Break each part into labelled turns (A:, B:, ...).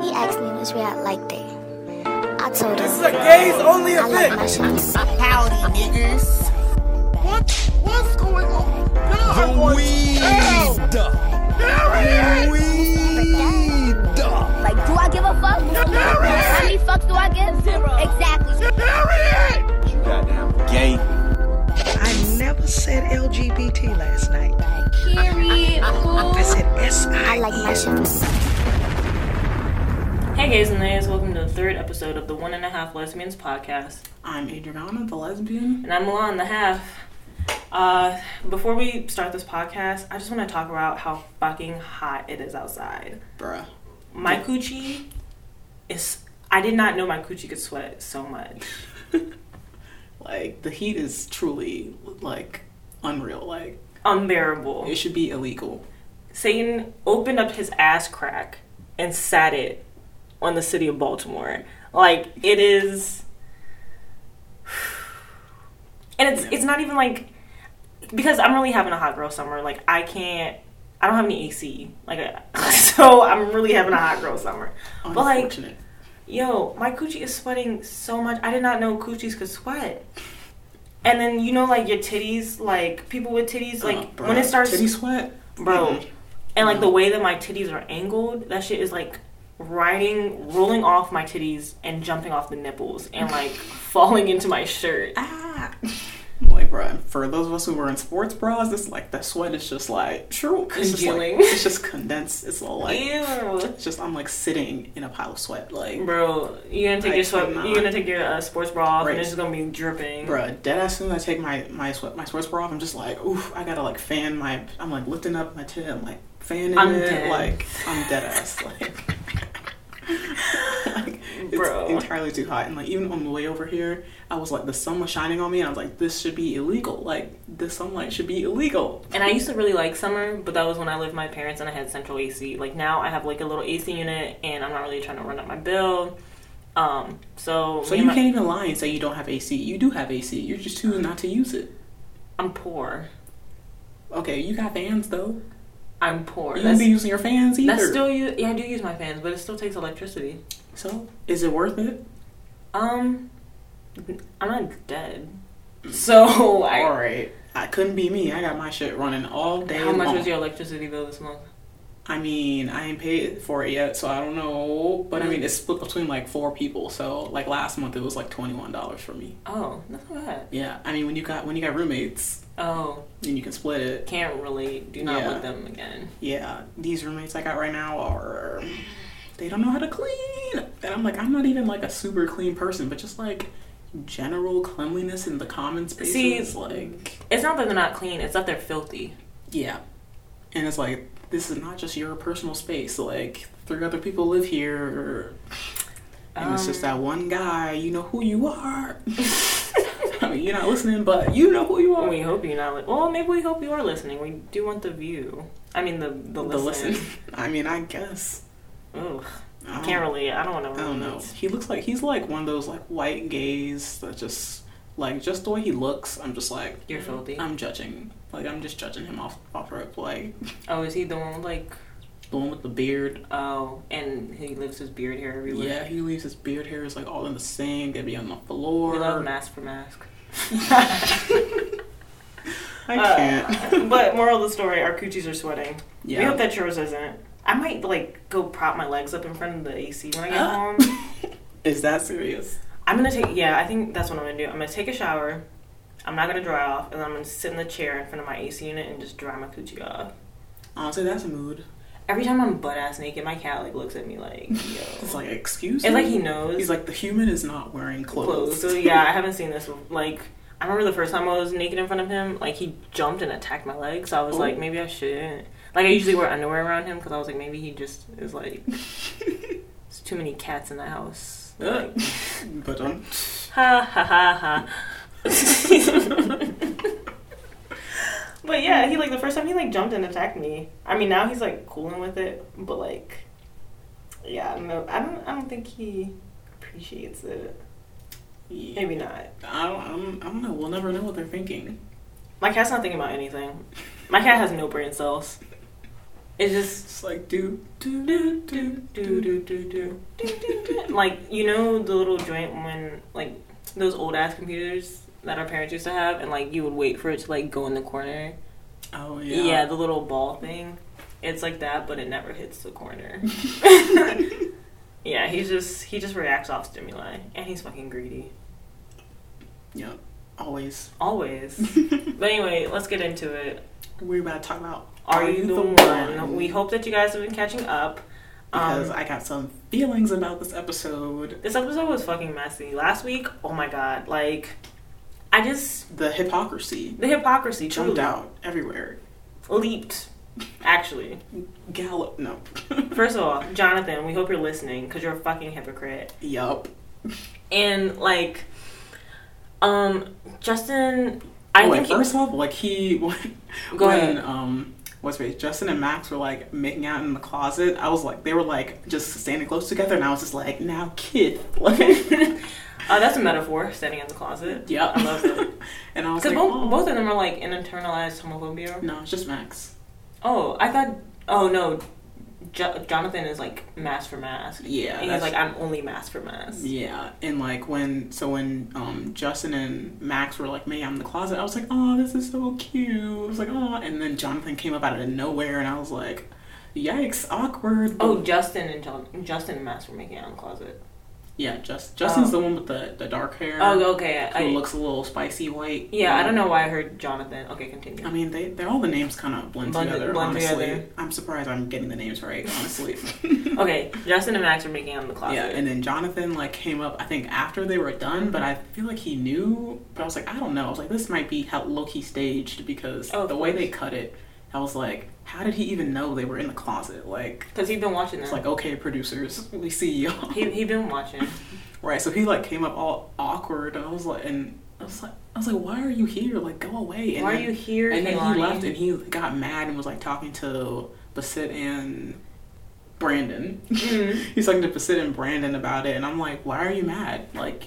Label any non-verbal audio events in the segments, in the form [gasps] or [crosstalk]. A: He asked me, was we at like that? I told him,
B: This is a gays only
A: I like
B: event.
A: my shit.
C: Howdy, niggas.
D: What? What's going on? God, I want to
E: Weed.
D: There it is.
E: Weed.
C: Like, do I give a fuck? How many fucks do I give? Zero. Exactly.
D: There it is.
E: Gay.
F: I never said LGBT last night. I said S
A: I
F: I
A: like my shit.
G: Hey gays and ladies, welcome to the third episode of the One and a Half Lesbians podcast.
H: I'm Adriana, the lesbian.
G: And I'm Milan the Half. Uh, before we start this podcast, I just want to talk about how fucking hot it is outside.
H: Bruh.
G: My coochie is. I did not know my coochie could sweat so much.
H: Like, the heat is truly, like, unreal. Like,
G: Unbearable.
H: it should be illegal.
G: Satan opened up his ass crack and sat it on the city of Baltimore. Like, it is. [sighs] and it's it's not even like because I'm really having a hot girl summer. Like I can't, I don't have any AC. Like [laughs] I- so, I'm really having a hot girl summer. But like,
H: Unfortunate.
G: yo, my coochie is sweating so much. I did not know coochies could sweat. And then you know, like your titties, like people with titties, like
H: Uh, bruh.
G: when it starts,
H: Titty sweat?
G: bro,
H: Mhm.
G: and like the way that my titties are angled, that shit is like riding, rolling off my titties and jumping off the nipples
H: [laughs]
G: and like falling into my shirt.
H: Ah. I'm [laughs] Like, bruh, for those of us who were in sports bras, it's like the sweat is just like, true, it's just, like,
G: Congealing.
H: it's just condensed. It's all like,
G: Ew.
H: it's just, I'm like sitting in a pile of sweat. Like,
G: Bro, you're gonna take
H: I
G: your sweat.
H: cannot.
G: You're gonna take your uh, sports bra off,
H: Right.
G: and it's just gonna be dripping.
H: Bruh, dead as soon as I take my my sweat my sweats bra off, I'm just like, oof, I gotta like fan my I'm like lifting up my tit, I'm like fanning
G: I'm
H: it,
G: dead.
H: like I'm dead ass, [laughs] like, Like, it's
G: Bro.
H: entirely too hot. And like even on the way over here, I was like the sun was shining on me, and I was like, this should be illegal. Like this sunlight should be illegal.
G: And I used to really like summer, but that was when I lived with my parents and I had central AC. Like now, I have like a little AC unit, and I'm not really trying to run up my bill. Um, so
H: So
G: me
H: you
G: and my-
H: can't even lie and say you don't have AC. You do have AC. You're just choosing not to use it.
G: I'm poor.
H: Okay, you got fans though.
G: I'm poor.
H: You
G: That's,
H: don't be using your fans either.
G: that's still you. Yeah, I do use my fans, but it still takes electricity.
H: so is it worth it?
G: Um, I'm not dead,
H: Mm.
G: so [laughs]
H: All
G: I.
H: right. I couldn't be me. I got my shit running all day.
G: How much
H: long.
G: was your electricity bill this month?
H: I mean, I ain't paid for it yet, so I don't know.
G: Mm.
H: But I mean, it's split between like four people. So like last month, it was like twenty one dollars for me.
G: Oh, that's not bad.
H: Yeah. I mean, when you got when you got roommates,
G: Oh,
H: then you can split it.
G: can't relate. Do not
H: Yeah.
G: with them again.
H: Yeah. These roommates I got right now are they don't know how to clean, and I'm like, I'm not even like a super clean person, but just like general cleanliness in the common spaces,
G: See,
H: like
G: It's not that they're not clean, it's that they're filthy.
H: Yeah. And it's like, this is not just your personal space. Like, three other people live here. And it's just
G: Um,
H: that one guy, you know who you are. [laughs] [laughs] I mean, you're not listening, but you know who you are.
G: We hope you're not. Li- well, maybe we hope you are listening. We do want the view. I mean, the the
H: The
G: listen.
H: listen. I mean, I guess.
G: [laughs] Ugh,
H: I
G: I
H: don't-
G: can't relate. I don't want
H: I
G: to.
H: don't know. He looks like, he's like one of those, like, white gays that just, like, just the way he looks, I'm just like,
G: You're filthy.
H: I'm judging. Like, I'm just judging him off, off rip. Like,
G: oh, is he the one with like?
H: the one with the beard.
G: Oh, and he lives his beard hair everywhere.
H: Yeah, he leaves his beard hairs like all in the sink. It'd be on the
G: We
H: floor.
G: love mask for mask.
H: [laughs]
G: [laughs]
H: I
G: Uh,
H: can't. [laughs]
G: but moral of the story: our coochies are sweating. We
H: yeah.
G: hope that yours isn't. I might like go prop my legs up in front of the AC when I get home.
H: Is that serious?
G: I'm gonna take yeah, I think that's what I'm gonna do. I'm gonna take a shower. I'm not gonna dry off, and then I'm gonna sit in the chair in front of my AC unit and just dry my coochie off.
H: Honestly, that's a mood.
G: Every time I'm butt ass naked, my cat like looks at me like yo.
H: [laughs] It's like, excuse
G: It's
H: me?
G: like he knows
H: He's like, the human is not wearing clothes.
G: clothes. So yeah,
H: [laughs]
G: I haven't seen this. Like I remember the first time I was naked in front of him, like he jumped and attacked my legs. So I was
H: Oh.
G: like, maybe I shouldn't. Like I usually wear underwear around him because I was like, maybe he just is like,
H: [laughs]
G: there's too many cats in the house.
H: Uh, but um,
G: ha
H: [laughs]
G: ha ha ha. but yeah, he like the first time he like jumped and attacked me. I mean, now he's like cooling with it, but like, yeah, no, I don't, I don't think he appreciates it.
H: yeah.
G: Maybe not.
H: I don't, I don't, I don't know. We'll never know what they're thinking.
G: My cat's not thinking about anything. My cat has no brain cells. It's just
H: It's like, dude,
G: do do do do do do do [laughs] do like you know the little joint when like those old ass computers that our parents used to have and like you would wait for it to like go in the corner.
H: oh
G: Yeah,
H: yeah,
G: the little ball thing. It's like that, but it never hits the [laughs] corner. yeah, he's just he just reacts off stimuli, and he's fucking greedy
H: Yep. always. [laughs]
G: [laughs] always.
H: We're
G: but anyway, let's get into it.
H: about to talk about.
G: Are, you the, one? We hope that you guys have been catching up. Um,
H: because I got some feelings about this episode.
G: This episode was fucking messy. Last week, oh my god, like I just
H: The hypocrisy
G: the hypocrisy
H: jumped
G: truly
H: out everywhere.
G: leaped. Actually,
H: Gallop, no. [laughs]
G: first of all, Jonathan, we hope you're listening because you're a fucking hypocrite.
H: yup.
G: And like, um, Justin,
H: Oh,
G: I think
H: like,
G: he,
H: first off, like he [laughs] when,
G: Go
H: when
G: ahead.
H: um what's it, Justin and Max were like making out in the closet. I was like they were like just standing close together, and I was just like, now kid, [laughs] like
G: uh, that's a metaphor. Standing in the closet.
H: yeah,
G: I
H: [laughs]
G: love it.
H: and I was
G: Because
H: like,
G: both,
H: oh.
G: both of them are like an internalized homophobia.
H: no, it's just Max.
G: Oh, I thought. Oh no, jo- Jonathan is like mask for mask.
H: Yeah,
G: and he's
H: that's-
G: like, I'm only mask for mask.
H: Yeah, and like when so when um Justin and Max were like making out in the closet, I was like, oh, this is so cute. I was like, oh, and then Jonathan came up out of nowhere, and I was like, yikes, awkward.
G: Oh, Justin and John, Justin and Max were making out in the closet.
H: yeah, just Justin's the
G: Oh.
H: one with the the dark hair.
G: Oh, okay.
H: who
G: I,
H: looks a little spicy white.
G: yeah, I don't know why I heard Jonathan. Okay, continue.
H: I mean, they they all the names kind of blend,
G: Blend-
H: together.
G: blend
H: honestly,
G: together.
H: I'm surprised I'm getting the names right. Honestly,
G: [laughs]
H: [laughs]
G: Okay, Justin and Max were making out in the closet.
H: yeah. Uh, And then Jonathan like came up. I think after they were done, but
G: Mm-hmm.
H: I feel like he knew. But I was like, I don't know. I was like, this might be how Loki staged because
G: Oh, of
H: the way
G: course.
H: they cut it, I was like, how did he even know they were in the closet? Like,
G: Because he'd been watching
H: it's
G: them.
H: like okay, producers, [laughs] we see y'all.
G: he he'd been watching.
H: [laughs] Right, so he like came up all awkward, and I was like, and I was like, I was like, why are you here? Like, go away. And
G: Why are
H: then-
G: you here,
H: And then
G: Kehlani?
H: he left, and he got mad and was like talking to Basit and Brandon.
G: Mm-hmm.
H: [laughs] He's talking to Basit and Brandon about it, and I'm like, why are you mad? Like,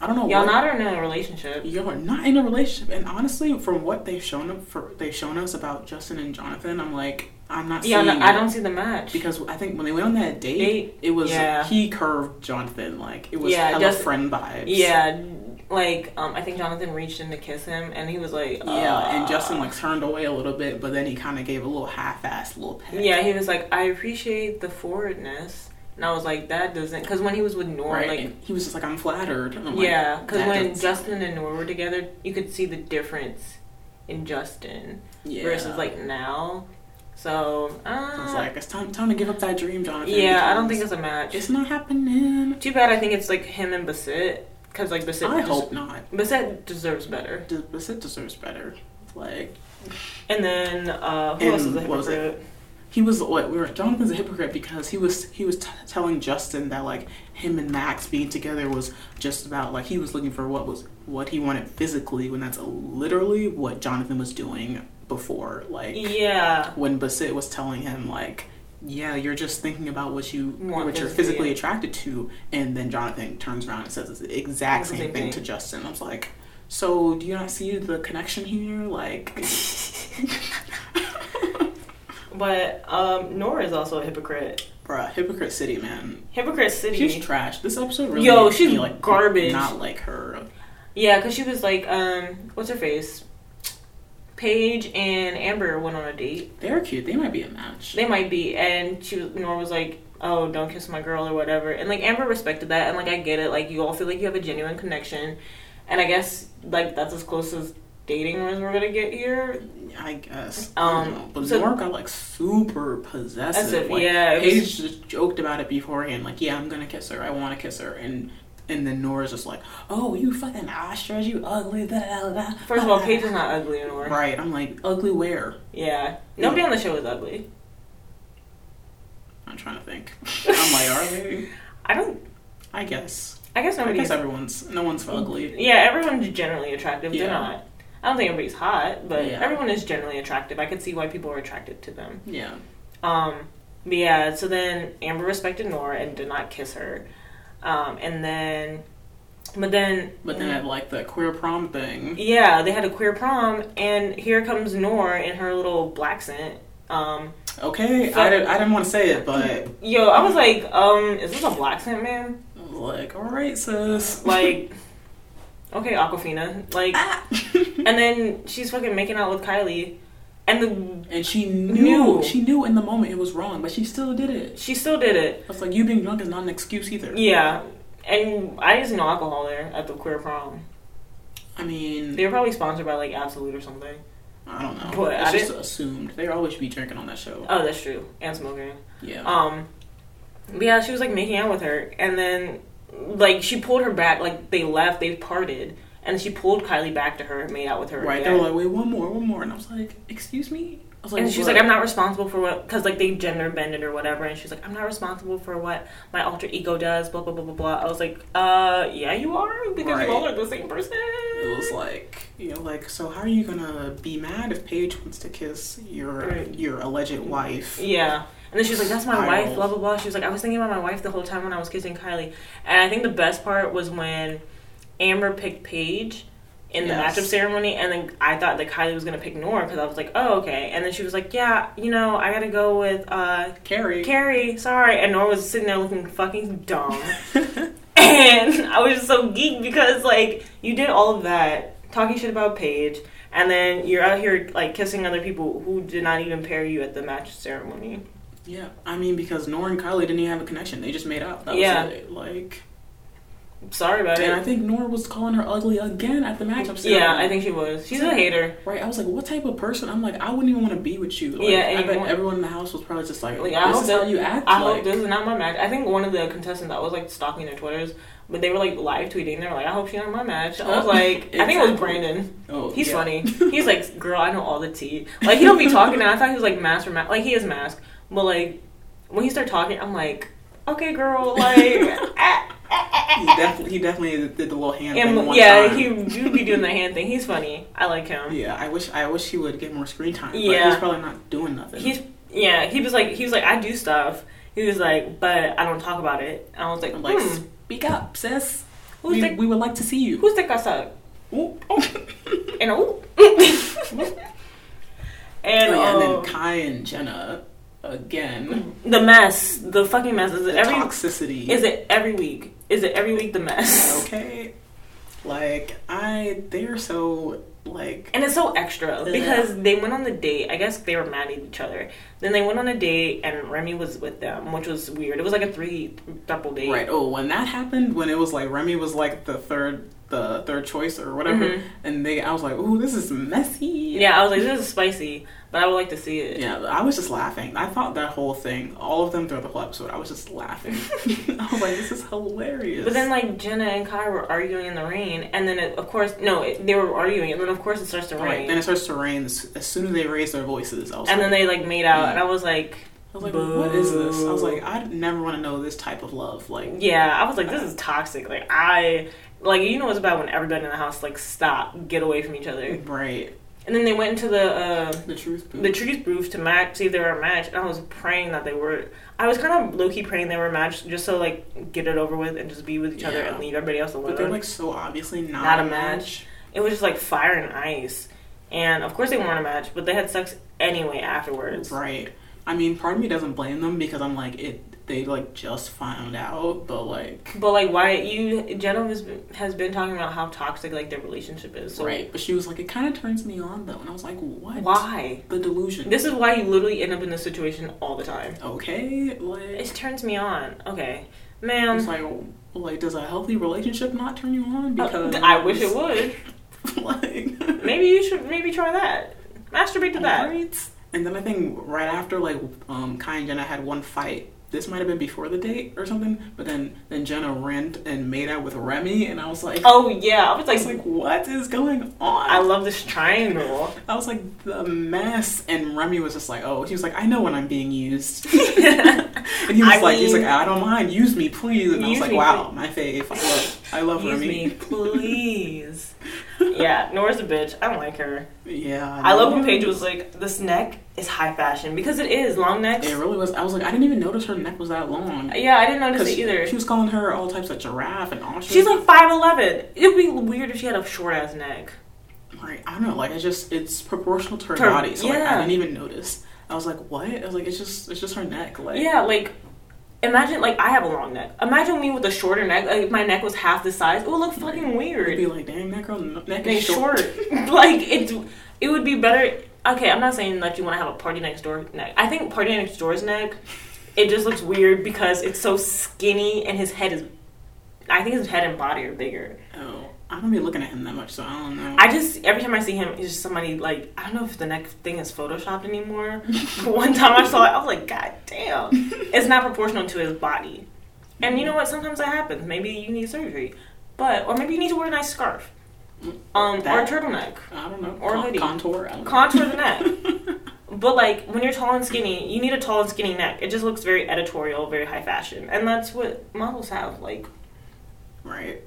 H: I don't know.
G: Y'all
H: what-
G: not are in a relationship.
H: Y'all are not in a relationship, and honestly, from what they've shown up for, they've shown us about Justin and Jonathan, I'm like, I'm not.
G: Yeah,
H: seeing
G: no,
H: it
G: I don't see the match.
H: because I think when they went on that date,
G: Date?
H: it was
G: Yeah.
H: he curved Jonathan like it was
G: Yeah,
H: hella
G: just-
H: friend vibes.
G: yeah, like um, I think Jonathan reached in to kiss him, and he was like,
H: yeah,
G: uh,
H: and Justin like turned away a little bit, but then he kind of gave a little half-assed little peck.
G: yeah, he was like, I appreciate the forwardness, and I was like, that doesn't because when he was with Nor,
H: right.
G: like
H: and he was just like, "I'm flattered." And I'm like,
G: Yeah, because
H: that
G: when
H: doesn't-
G: Justin and Nor were together, you could see the difference in Justin
H: yeah.
G: versus like now. So,
H: I
G: uh,
H: was like, "It's time, time to give up that dream, Jonathan."
G: yeah, I don't think
H: because
G: it's a match.
H: it's not happening.
G: Too bad. I think it's like him and Bassett because like Bassett,
H: I
G: des-
H: hope not.
G: Bassett deserves better.
H: De- Basit deserves better. Like
G: And then uh, who
H: And
G: else is a
H: what was it?
G: hypocrite?
H: he was what we were Jonathan's a hypocrite because he was he was t- telling Justin that like him and Max being together was just about like he was looking for what was what he wanted physically when that's literally what Jonathan was doing before like
G: Yeah,
H: when Basit was telling him like yeah you're just thinking about what you
G: Want
H: what you're
G: physically,
H: physically
G: yeah.
H: attracted to and then Jonathan turns around and says it's the exact
G: The
H: same,
G: same
H: thing,
G: thing.
H: to Justin I was like so do you not see the connection here
G: [laughs]
H: like
G: but um, Nora is also a hypocrite.
H: bruh hypocrite city man
G: Hypocrite City.
H: She's trash. This episode really
G: Yo,
H: made
G: she's
H: me, like
G: garbage.
H: Not like her.
G: Yeah, because she was like, um, what's her face? Paige and Amber went on a date.
H: They're cute. They might be a match.
G: They might be. And she was, Nora was like, "Oh, don't kiss my girl" or whatever. And like Amber respected that, and like I get it. Like you all feel like you have a genuine connection, and I guess like that's as close as dating as we're gonna get here.
H: I guess.
G: Um,
H: I don't know. but
G: so-
H: Nora got like super possessive.
G: Possessive,
H: Like,
G: yeah, it
H: Paige
G: was-
H: just joked about it beforehand. Like, yeah, I'm gonna kiss her. I want to kiss her. And and then Nora's just like, oh, you fucking ostrich, you ugly. Da, da, da, da. [laughs]
G: First of all, Paige is not ugly, Nora.
H: Right. I'm like ugly. Where?
G: Yeah, nobody on the show is ugly.
H: I'm trying to think. [laughs] I'm like, are they?
G: I don't.
H: I guess.
G: I guess
H: I
G: nobody's.
H: guess everyone's no one's
G: Mm-hmm.
H: ugly.
G: yeah, everyone's generally attractive. They're
H: Yeah.
G: not. I don't think everybody's hot, but
H: Yeah.
G: everyone is generally attractive. I could see why people are attracted to them.
H: Yeah.
G: Um, but yeah, so then Amber respected Nora and did not kiss her. Um, and then, but then,
H: But then at like the queer prom thing.
G: yeah, they had a queer prom, and here comes Nora in her little black scent. Um,
H: Okay, I, did, I didn't want to say it, but
G: Yo, I was like, um, is this a black scent man?
H: I was like, all right, sis. [laughs] Ah.
G: Like, okay, Aquafina. Like, and then she's fucking making out with Kylie, and the,
H: and she knew,
G: Knew.
H: she knew in the moment it was wrong, but she still did it.
G: she still did it.
H: I was like, you being drunk is not an excuse either.
G: Yeah, and I used no alcohol there at the queer prom.
H: I mean,
G: They were probably sponsored by like Absolute or something.
H: I don't know.
G: But
H: it's
G: I
H: just assumed. They always be drinking on that show.
G: Oh, that's true. And smoking.
H: yeah.
G: Um, but yeah, she was like making out with her, and then like she pulled her back. Like they left, they parted, and she pulled Kylie back to her and made out with her.
H: right. They
G: again.
H: were like, wait, one more, one more, and I was like, excuse me. I was
G: and she was
H: "What?"
G: like, I'm not responsible for what, because like they gender bended or whatever. And she was like, I'm not responsible for what my alter ego does, blah, blah, blah, blah, blah. I was like, uh, yeah, you are, because
H: Right.
G: you all are the same person.
H: It was like, you know, like, so how are you gonna be mad if Paige wants to kiss your
G: Right.
H: your alleged wife?
G: Yeah. And then she was like, that's my
H: I
G: wife,
H: don't-
G: blah, blah, blah. She was like, I was thinking about my wife the whole time when I was kissing Kylie. And I think the best part was when Amber picked Paige in the
H: Yes.
G: matchup ceremony. And then I thought that Kylie was going to pick Nora because I was like, oh, okay. And then she was like, yeah, you know, I got to go with uh,
H: Carrie.
G: Carrie, sorry. And Nora was sitting there looking fucking dumb. [laughs] and I was just so geeked because, like, you did all of that, talking shit about Paige, and then you're out here, like, kissing other people who did not even pair you at the match ceremony.
H: [laughs] yeah, I mean, because Nora and Kylie didn't even have a connection. They just made up. That
G: Yeah.
H: was it. Like,
G: Sorry about
H: and I
G: it.
H: think Nora was calling her ugly again at the matchup. ceremony.
G: Yeah, I think she was. She's a hater.
H: Right, I was like, what type of person? I'm like, I wouldn't even want to be with you. Like,
G: Yeah,
H: I bet
G: anymore.
H: everyone in the house was probably just like,
G: Like,
H: this
G: I hope
H: is
G: that-
H: how you act.
G: I
H: like,
G: hope this is not my match. I think one of the contestants, I was like stalking their Twitters, but they were like live tweeting. They were like, I hope she's not my match. I was like, I think it
H: Exactly.
G: was Brandon.
H: oh,
G: He's
H: yeah. [laughs]
G: funny. He's like, girl, I know all the tea. Like he don't be talking now. I thought he was like mask for mask. Like he is mask, but like when he started talking, I'm like, okay, girl,
H: [laughs]
G: like, ah.
H: He definitely, he definitely did the little hand thing
G: and
H: one
G: yeah,
H: time.
G: he do be doing the hand thing. He's funny. I like him.
H: Yeah, I wish, I wish he would get more screen time. but
G: Yeah.
H: he's probably not doing nothing.
G: He's yeah. He was like he was like I do stuff. He was like, but I don't talk about it. And I was like,
H: I'm like,
G: hmm,
H: speak up, sis.
G: who's
H: we,
G: the
H: we would like to see you.
G: who's the cuss up? [laughs]
H: Oop. [laughs]
G: And oh, and,
H: Oh, yeah, and
G: uh,
H: then Kai and Jenna again.
G: the mess, the fucking mess. Is
H: The
G: it Hmm. every
H: toxicity.
G: is it every week? Is it every week the mess?
H: okay? Like I, they're so like
G: [laughs] And it's so extra because they went on the date. I guess they were mad at each other. Then they went on a date, and Remy was with them, which was weird. It was like a three double date.
H: right. Oh, when that happened, when it was like Remy was like the third, the third choice or whatever, and they, I was like, ooh, this is messy.
G: Mm-hmm. Yeah, I was like, this is spicy, but I would like to see it.
H: Yeah, I was just laughing. I thought that whole thing, all of them throughout the whole episode, I was just
G: [laughs]
H: laughing. [laughs] I was like, this is hilarious.
G: But then, like Jenna and Kai were arguing in the rain, and then it, of course, no, it, they were arguing, and then of course it starts to rain,
H: Right. Oh, Then it starts to rain as, as soon as they raise their voices. I was
G: and
H: like,
G: then they like made out, and I was like,
H: I was like what is this? I was like, I never want to know this type of love. Like,
G: yeah, I was like, this is toxic. Like I, like you know, it's bad when everybody in the house like stop, get away from each other,
H: right.
G: and then they went into the. Uh,
H: The truth.
G: the trees roof to match see if they were a match and I was praying that they were I was kind of low key praying they were a match just so like get it over with and just be with each other
H: Yeah.
G: and leave everybody else
H: but they're
G: alone.
H: like so obviously not,
G: Not a match. it was just like fire and ice. And of course they weren't a match, but they had sex anyway afterwards.
H: Right. I mean, part of me doesn't blame them because I'm like it. They like just found out, but like.
G: But like why you Jenna has been, has been talking about how toxic like their relationship is. So
H: Right. But she was like, it kind of turns me on though, and I was like, what?
G: why?
H: The delusion.
G: This is why you literally end up in this situation all the time.
H: okay. Like.
G: It turns me on. Okay.
H: I was
G: Ma'am,
H: like, like, does a healthy relationship not turn you on? Because
G: Oh, uh, I wish it would.
H: [laughs] like, [laughs]
G: Maybe you should maybe try that. Masturbate to that.
H: Right? And then I think right after like um, Kai and Jenna had one fight. This might have been before the date or something. But then then Jenna ran and made out with Remy, and I was like,
G: Oh yeah, I was
H: I
G: like,
H: was like, what is going on?
G: I love this triangle.
H: I was like the mess, and Remy was just like, oh, he was like, I know when I'm being used, [laughs] and he was
G: [laughs] I
H: like, he's
G: mean-
H: like, I don't mind, use me please, and I was
G: Use
H: like,
G: me,
H: wow, my fave, I love, I love
G: Excuse
H: Remy. [laughs]
G: me, please. yeah, Nora's a bitch. I don't like her.
H: Yeah,
G: I love when
H: know.
G: Paige was like, this neck is high fashion because it is long necks.
H: It really was. I was like, I didn't even notice her neck was that long.
G: Yeah, I didn't notice
H: 'Cause
G: it either.
H: She was calling her all types of giraffe and ostrich.
G: She's like five eleven. It would be weird if she had a short ass neck.
H: Right, I don't know. Like, I just it's proportional to her
G: Her-
H: body, so like, I
G: yeah.
H: didn't even notice. I was like, what? I was like, it's just it's just her neck. Like
G: Yeah, like imagine like I have a long neck. Imagine me with a shorter neck. Like if my neck was half the size, it would look fucking
H: I'd be
G: weird.
H: like, dang, that girl n- neck
G: Neck
H: is short.
G: short. [laughs] like it it would be better okay, I'm not saying that you wanna have a party next door neck. I think party next door's neck, it just looks weird because it's so skinny and his head is I think his head and body are bigger.
H: Oh, I don't be looking at him that much, so I don't know.
G: I just every time I see him, he's just somebody like I don't know if the neck thing is
H: [laughs]
G: photoshopped anymore. but one time I saw it, I was like, God damn, it's not proportional to his body. And you know what? Sometimes that happens. Maybe you need surgery, but or maybe you need to wear a nice scarf, um, or a
H: That-
G: turtleneck,
H: I don't know.
G: Or
H: Con-
G: hoodie.
H: contour. I don't know.
G: contour the neck. But like when you're tall and skinny, you need a tall and skinny neck. It just looks very editorial, very high fashion, and that's what models have. Like
H: [laughs] right.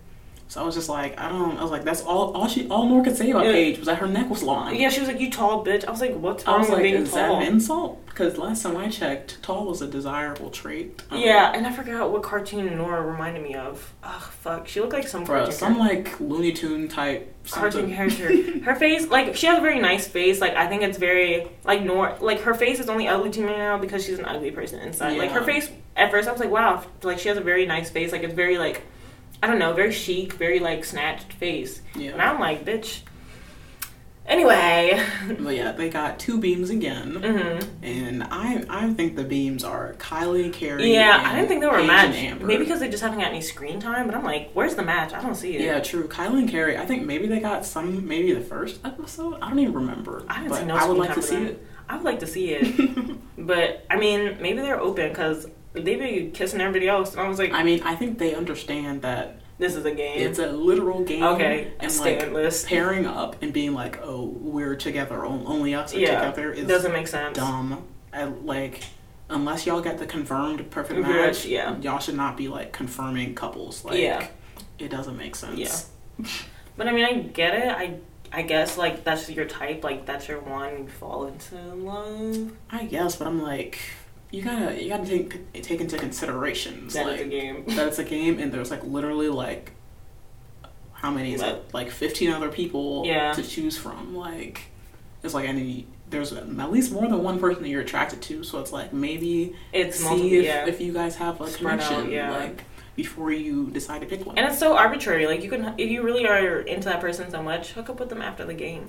H: So I was just like, I don't. I was like, that's all. All she, all Nora could say about
G: Yeah.
H: Paige was that her neck was long.
G: yeah, she was like, "You tall bitch." I was like, "What's
H: I
G: wrong
H: was
G: with
H: like,
G: being
H: is
G: tall?"
H: that an insult? Because last time I checked, tall was a desirable trait. Um,
G: Yeah, and I forgot what cartoon Nora reminded me of. Ugh, fuck. She looked like some
H: Bro,
G: cartoon,
H: some like Looney Tune type. something.
G: cartoon character. Her face, like, she has a very nice face. Like, I think it's very, like, Nora, like, her face is only ugly to me now because she's an ugly person inside. Like, her
H: Yeah.
G: face, at first, I was like, wow, like, she has a very nice face. Like, it's very, like, I don't know, very chic, very, like, snatched face.
H: [laughs]
G: And
H: Yeah.
G: I'm like, bitch. Anyway.
H: But yeah, they got two beams again,
G: Mhm.
H: and I I think the beams are Kylie,
G: [laughs]
H: Carrie.
G: Yeah, I
H: and
G: didn't think they were
H: Paige
G: a
H: and
G: match.
H: Amber.
G: Maybe because they just haven't got any screen time, but I'm like, where's the match? I don't see it.
H: Yeah, true. Kylie and Carrie. I think maybe they got some. Maybe the first episode. I don't even remember.
G: I didn't
H: but
G: see no
H: I would
G: screen
H: like
G: time
H: to
G: for
H: see
G: that.
H: it.
G: I would like to see it,
H: [laughs]
G: but I mean, maybe they're open because they be kissing everybody else, and I was like,
H: I mean, I think they understand that
G: this is a game.
H: it's a literal game.
G: okay,
H: and
G: statement
H: like
G: list.
H: pairing up and being like, "Oh, we're together. on- Only us are
G: Yeah,
H: together." Is
G: doesn't make sense.
H: dumb. I, like, unless y'all get the confirmed perfect
G: Which,
H: match,
G: yeah.
H: y'all should not be like confirming couples. Like,
G: Yeah.
H: it doesn't make sense.
G: Yeah. But I mean, I get it. I I guess like that's your type. Like that's your one. You fall into love.
H: I guess, but I'm like, you gotta you gotta take take into consideration
G: That's
H: like
G: a game.
H: that it's a game, and there's like literally like how many is
G: Like-
H: it? Like 15 other people
G: Yeah.
H: to choose from. Like, it's like any. There's at least more than one person that you're attracted to, so it's like maybe
G: It's
H: see
G: multiple.
H: if,
G: yeah.
H: if you guys have a
G: Spread out,
H: connection,
G: yeah.
H: like before you decide to pick one.
G: and it's so arbitrary. Like you can, if you really are into that person so much, hook up with them after the game.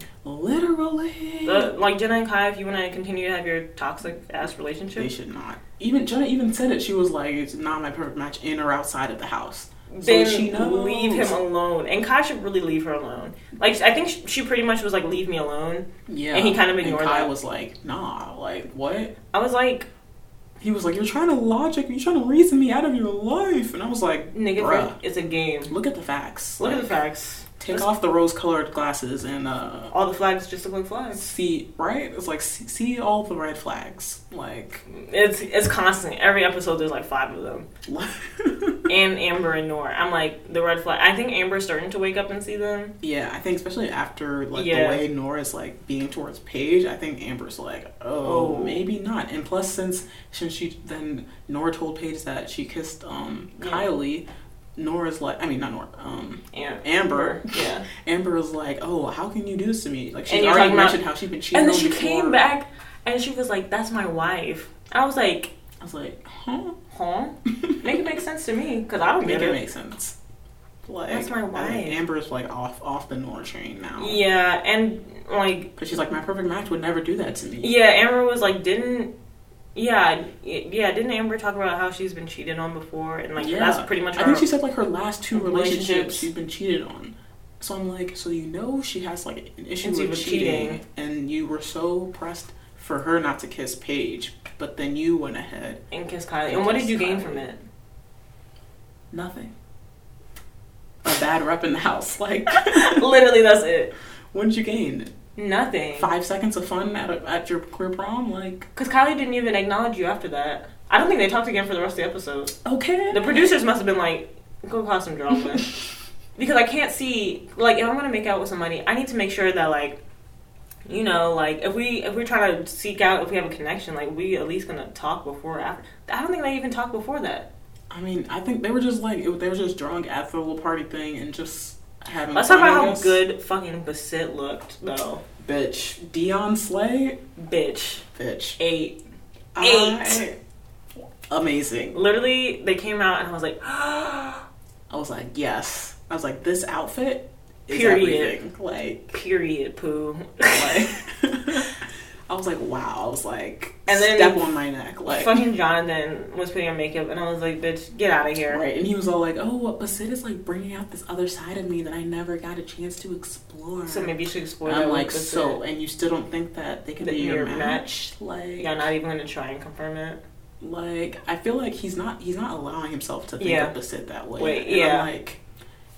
H: literally,
G: The, like Jenna and Kai, if you want to continue to have your toxic ass
H: they
G: relationship,
H: should not. Even Jenna even said it. She was like, "It's not my perfect match in or outside of the house."
G: then
H: she knows.
G: leave him alone. And Kai should really leave her alone. Like I think she, she pretty much was like, "Leave me alone."
H: Yeah,
G: And he kind of ignored
H: and Kai
G: that.
H: was like, "Nah, like what?"
G: I was like,
H: He was like, "You're trying to logic, you're trying to reason me out of your life," and I was like,
G: "Nigga,
H: Bruh.
G: it's a game.
H: "Look at the facts.
G: Look at
H: Like,
G: the facts.
H: Take off the rose-colored glasses and uh,
G: All the flags just look like flags.
H: see right. It's like see, see all the red flags. Like, [laughs]
G: It's it's constant. Every episode, there's like five of them. And Amber and Nora. I'm like the red flag. I think Amber's starting to wake up and see them.
H: yeah, I think especially after like
G: Yeah.
H: the way Nora's like being towards Paige, I think Amber's like, oh,
G: Oh.
H: maybe not. And plus, since since she then Nora told Paige that she kissed um
G: Yeah.
H: Kylie, Nora's like, I mean not Nora, um.
G: And
H: Amber.
G: yeah.
H: Amber was like, "Oh, how can you do this to me?" Like
G: And
H: she
G: you're
H: already
G: talking about-
H: mentioned how she'd been cheating.
G: and then
H: on
G: she
H: before.
G: came back and she was like, "That's my wife." I was like,
H: I was like, "Huh?
G: "Huh? [laughs] Make
H: [laughs]
G: it make sense to me, cause I don't
H: Make
G: get
H: it
G: it."
H: make sense." Like,
G: That's my
H: I think
G: wife.
H: Amber's like off off the Nora train now.
G: Yeah, and like
H: because she's like, "My perfect match would never do that to me."
G: yeah, Amber was like, didn't yeah y- yeah didn't Amber talk about how she's been cheated on before and like
H: Yeah.
G: that's pretty much her,
H: I think she said like her last two relationships,
G: Relationships.
H: she's been cheated on. So I'm like, so you know she has like an issue
G: And she
H: with
G: was
H: cheating,
G: cheating.
H: and you were so pressed for her not to kiss Paige, but then you went ahead.
G: and kissed Kylie. And what did
H: Kissed
G: you gain
H: Kylie.
G: from it? [laughs]
H: Nothing. A bad rep in the house, [laughs]
G: [laughs]
H: like.
G: Literally, that's it.
H: What did you gain?
G: Nothing.
H: Five seconds of fun at, a, at your queer prom? Like,
G: Cause Kylie didn't even acknowledge you after that. I don't think they talked again for the rest of the episode.
H: okay.
G: The producers must have been like, go cause
H: [laughs]
G: some drama. because I can't see like if I'm gonna make out with somebody, I need to make sure that like you know, like if we if we're trying to seek out if we have a connection, like we at least gonna talk before or after. I don't think they even talked before that.
H: I mean, I think they were just like, it, they were just drunk at the little party thing and just having
G: Let's
H: fun.
G: talk about
H: I
G: how
H: guess.
G: good fucking Basit looked though.
H: Bitch. Dion Slay?
G: Bitch.
H: Bitch.
G: Eight.
H: I- amazing.
G: Literally, they came out and I was like, [gasps]
H: I was like, yes. I was like, this outfit is
G: Period.
H: everything. Like,
G: period, poo.
H: like [laughs] I was like, wow. I was like,
G: And then-
H: step on my neck. Like,
G: [laughs] Fucking Jonathan was putting on makeup and I was like, bitch, get out of here.
H: Right, and he was all like, "Oh, what? But Sid is like bringing out this other side of me that I never got a chance to explore."
G: So maybe you should explore
H: And
G: that
H: I'm
G: with
H: like,
G: the-
H: "So, and you still don't think that they can
G: That
H: be your
G: you're
H: match?" Like,
G: Yeah, not even gonna try and confirm it.
H: like I feel like he's not he's not allowing himself to think
G: Yeah.
H: of the Sid that way.
G: Wait,
H: And I'm
G: yeah.
H: like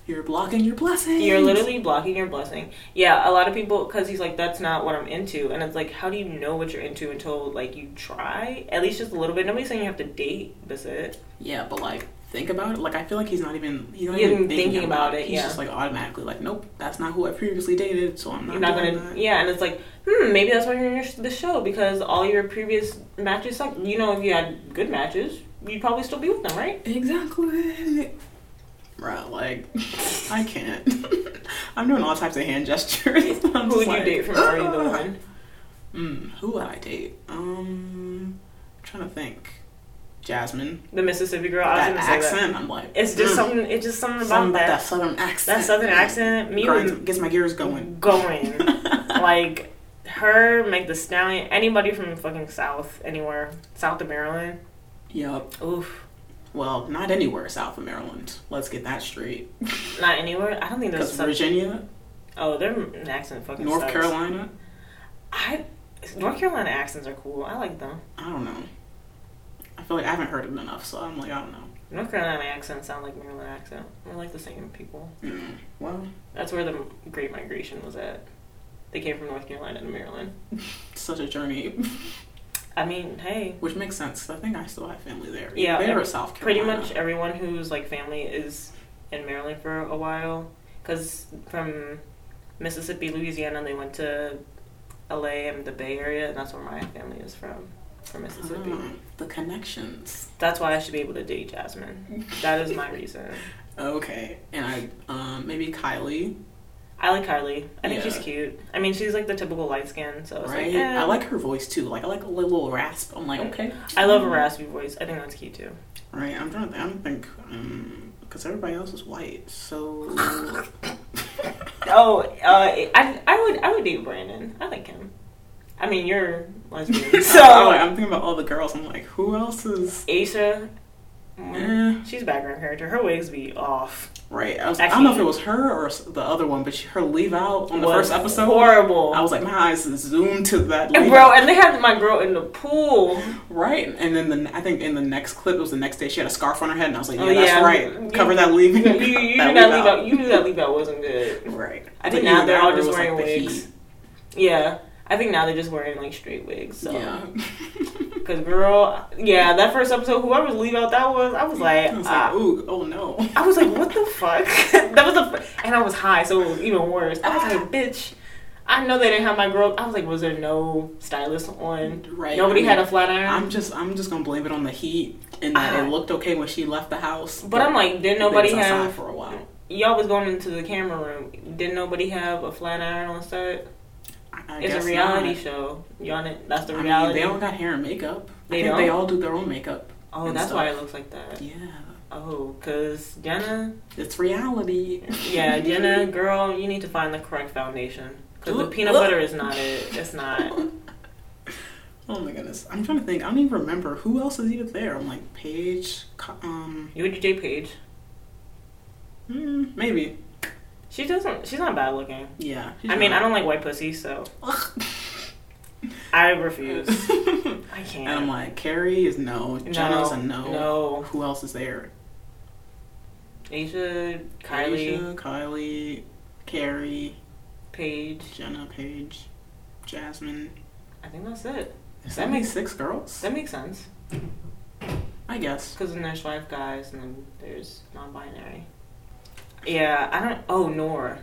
H: you're blocking your blessing.
G: You're literally blocking your blessing. Yeah, a lot of people, because he's like, that's not what I'm into. And it's like, how do you know what you're into until, like, you try? At least just a little bit. Nobody's saying you have to date, that's it.
H: yeah, but like think about it. Like I feel like he's not even he's not
G: He
H: even
G: isn't
H: thinking,
G: thinking
H: about,
G: about
H: it.
G: it,
H: He's
G: yeah.
H: just like automatically like, nope, that's not who I previously dated, so I'm not,
G: You're not
H: doing
G: gonna,
H: that.
G: yeah. And it's like, hmm, maybe that's why you're in your, the show because all your previous matches suck. You know, if you had good matches, you'd probably still be with them, right?
H: Exactly. Bruh, like, I can't. [laughs] I'm doing all types of hand gestures. I'm
G: [laughs] Who would
H: just
G: you
H: like,
G: date from Are
H: [laughs]
G: You the
H: "Ugh."
G: One?
H: Mm, who would I date? Um, I'm trying to think. Jasmine.
G: The Mississippi Girl. I was
H: that
G: gonna say
H: accent, I'm like.
G: that. It's just
H: mm,
G: something. It's just something about
H: something
G: that.
H: that southern accent. Mm,
G: That southern accent. Me
H: Grinds-
G: with
H: gets my gears going. [laughs]
G: going. like her, Meg the Stallion, anybody from fucking South, anywhere, South of Maryland.
H: Yup.
G: Oof,
H: Well, not anywhere south of Maryland. Let's get that straight.
G: not anywhere. I don't think there's
H: Because
G: such.
H: Virginia,
G: Oh, their accent fucking.
H: North
G: sucks.
H: Carolina,
G: I North Carolina accents are cool. I like them.
H: I don't know. I feel like I haven't heard it enough, so I'm like, I don't know.
G: North Carolina accents sound like Maryland accent. We're like the same people.
H: Mm, well,
G: That's where the Great Migration was at. They came from North Carolina to Maryland.
H: such a journey, [laughs]
G: I mean, hey,
H: which makes sense. 'cause I think I still have family there.
G: Yeah,
H: they
G: every-
H: were South
G: pretty
H: Carolina.
G: much everyone who's like family is in Maryland for a while because from Mississippi, Louisiana, they went to LA and the Bay Area, and that's where my family is from, from Mississippi.
H: Mm, the connections.
G: That's why I should be able to date Jasmine. That is my reason.
H: Okay, and I um, maybe Kylie,
G: I like Carly. I think
H: Yeah.
G: she's cute. I mean, she's like the typical light skin, so it's
H: right?
G: like, eh.
H: I like her voice too. Like I like a little rasp. I'm like, okay,
G: I love a raspy voice. I think that's cute too.
H: right? I'm trying to. Think, I don't think because everybody else is white,
G: [laughs]
H: so
G: Oh, uh, I I would I would date Brandon. I like him. I mean, you're [laughs] lesbian,
H: so I'm, like,
G: so
H: I'm thinking about all the girls. I'm like, who else is?
G: Aisha. mm,
H: Eh.
G: She's a background character. Her wigs be off.
H: Right. I, was, I don't
G: Actually-
H: know if it was her or s- the other one, but she, her leave out on the
G: Was
H: first episode.
G: horrible.
H: I was like, my eyes zoomed to that leave
G: [laughs] Bro,
H: out.
G: and they had my girl in
H: [laughs]
G: the pool.
H: Right. And then the, I think in the next clip, it was the next day, she had a scarf on her head, and I was like, yeah,
G: Oh,
H: that's
G: yeah.
H: right.
G: You-
H: Cover [laughs] that leave.
G: You, you, you knew that leave out. You knew that leave out wasn't good.
H: Right.
G: I
H: But
G: think now
H: either
G: they're
H: that
G: all
H: or it
G: just
H: was, like,
G: wearing
H: the
G: wigs.
H: heat.
G: Yeah, I think now they're just wearing like straight wigs. So.
H: Yeah.
G: Cause girl, yeah, that first episode, whoever leave out that was, I was like,
H: I was
G: ah.
H: like, ooh, oh no.
G: I was like, what the fuck? [laughs] that was the, f- and I was high, so it was even worse. I was
H: Ah.
G: like, bitch, I know they didn't have my girl. I was like, was there no stylist on?
H: Right.
G: Nobody
H: I mean,
G: had a flat iron.
H: I'm just, I'm just gonna blame it on the heat and that
G: Ah.
H: it looked okay when she left the house.
G: But I'm like, didn't nobody
H: they was outside
G: have-
H: for a while?
G: Y'all was going into the camera room. Didn't nobody have a flat iron on set?
H: I, I
G: It's
H: guess
G: a reality
H: not.
G: show. Y'all, didn't- that's the
H: I mean,
G: reality.
H: they all got hair and makeup.
G: They
H: I think they
G: don't?
H: all do their own makeup.
G: oh,
H: and
G: that's why it
H: stuff.
G: looks like that.
H: Yeah.
G: Oh, cause Jenna,
H: It's reality.
G: yeah,
H: [laughs]
G: Jenna, girl, you need to find the correct foundation. Cause the
H: Ooh,
G: peanut
H: ooh.
G: butter is not it.
H: [laughs]
G: It's not.
H: Oh my goodness. I'm trying to think. I don't even remember who else is even there. I'm like Paige, Co- um,
G: You would you date Paige?
H: mm, maybe.
G: She doesn't. She's not bad looking.
H: Yeah.
G: I mean, I don't like white pussy, so [laughs]
H: [laughs]
G: I refuse.
H: don't.
G: I
H: [laughs] and
G: can't.
H: I'm like Carrie is no.
G: no,
H: Jenna's a no.
G: No.
H: Who else is there?
G: Asia, Kylie,
H: Aisha, Kylie, Carrie,
G: Paige.
H: Jenna, Paige, Jasmine.
G: I think that's it.
H: Is
G: That
H: that
G: makes-
H: makes six girls?
G: That makes sense.
H: I guess.
G: Because then there's five guys, and then there's non-binary. Yeah, I don't. Oh, Nora.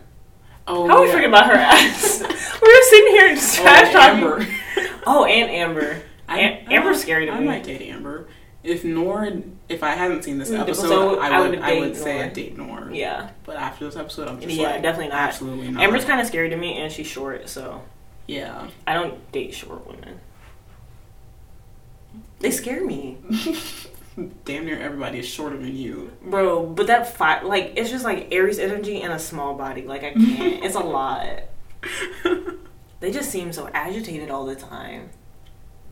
H: Oh,
G: How we
H: yeah.
G: forget about her ass? [laughs] we were sitting here and just
H: Oh,
G: trash talking.
H: Amber.
G: [laughs] Oh, and Amber.
H: I-
G: Am-
H: I
G: Amber's
H: might-
G: scary to
H: I
G: me.
H: might date Amber. If Nor, if I hadn't seen this
G: Mm,
H: episode,
G: so
H: I would, I would,
G: date
H: say
G: Nor.
H: I'd date Nor.
G: Yeah.
H: But after this episode, I'm just
G: Yeah,
H: like,
G: definitely not.
H: Uh-huh. Absolutely not.
G: Amber's kind of scary to me, and she's short, so
H: Yeah.
G: I don't date short women. They scare me,
H: Damn near everybody is shorter than
G: [laughs]
H: you.
G: bro. But that fight, like, it's just like Aries energy in a small body. Like, I can't. it's a lot. [laughs] They just seem so agitated all the time.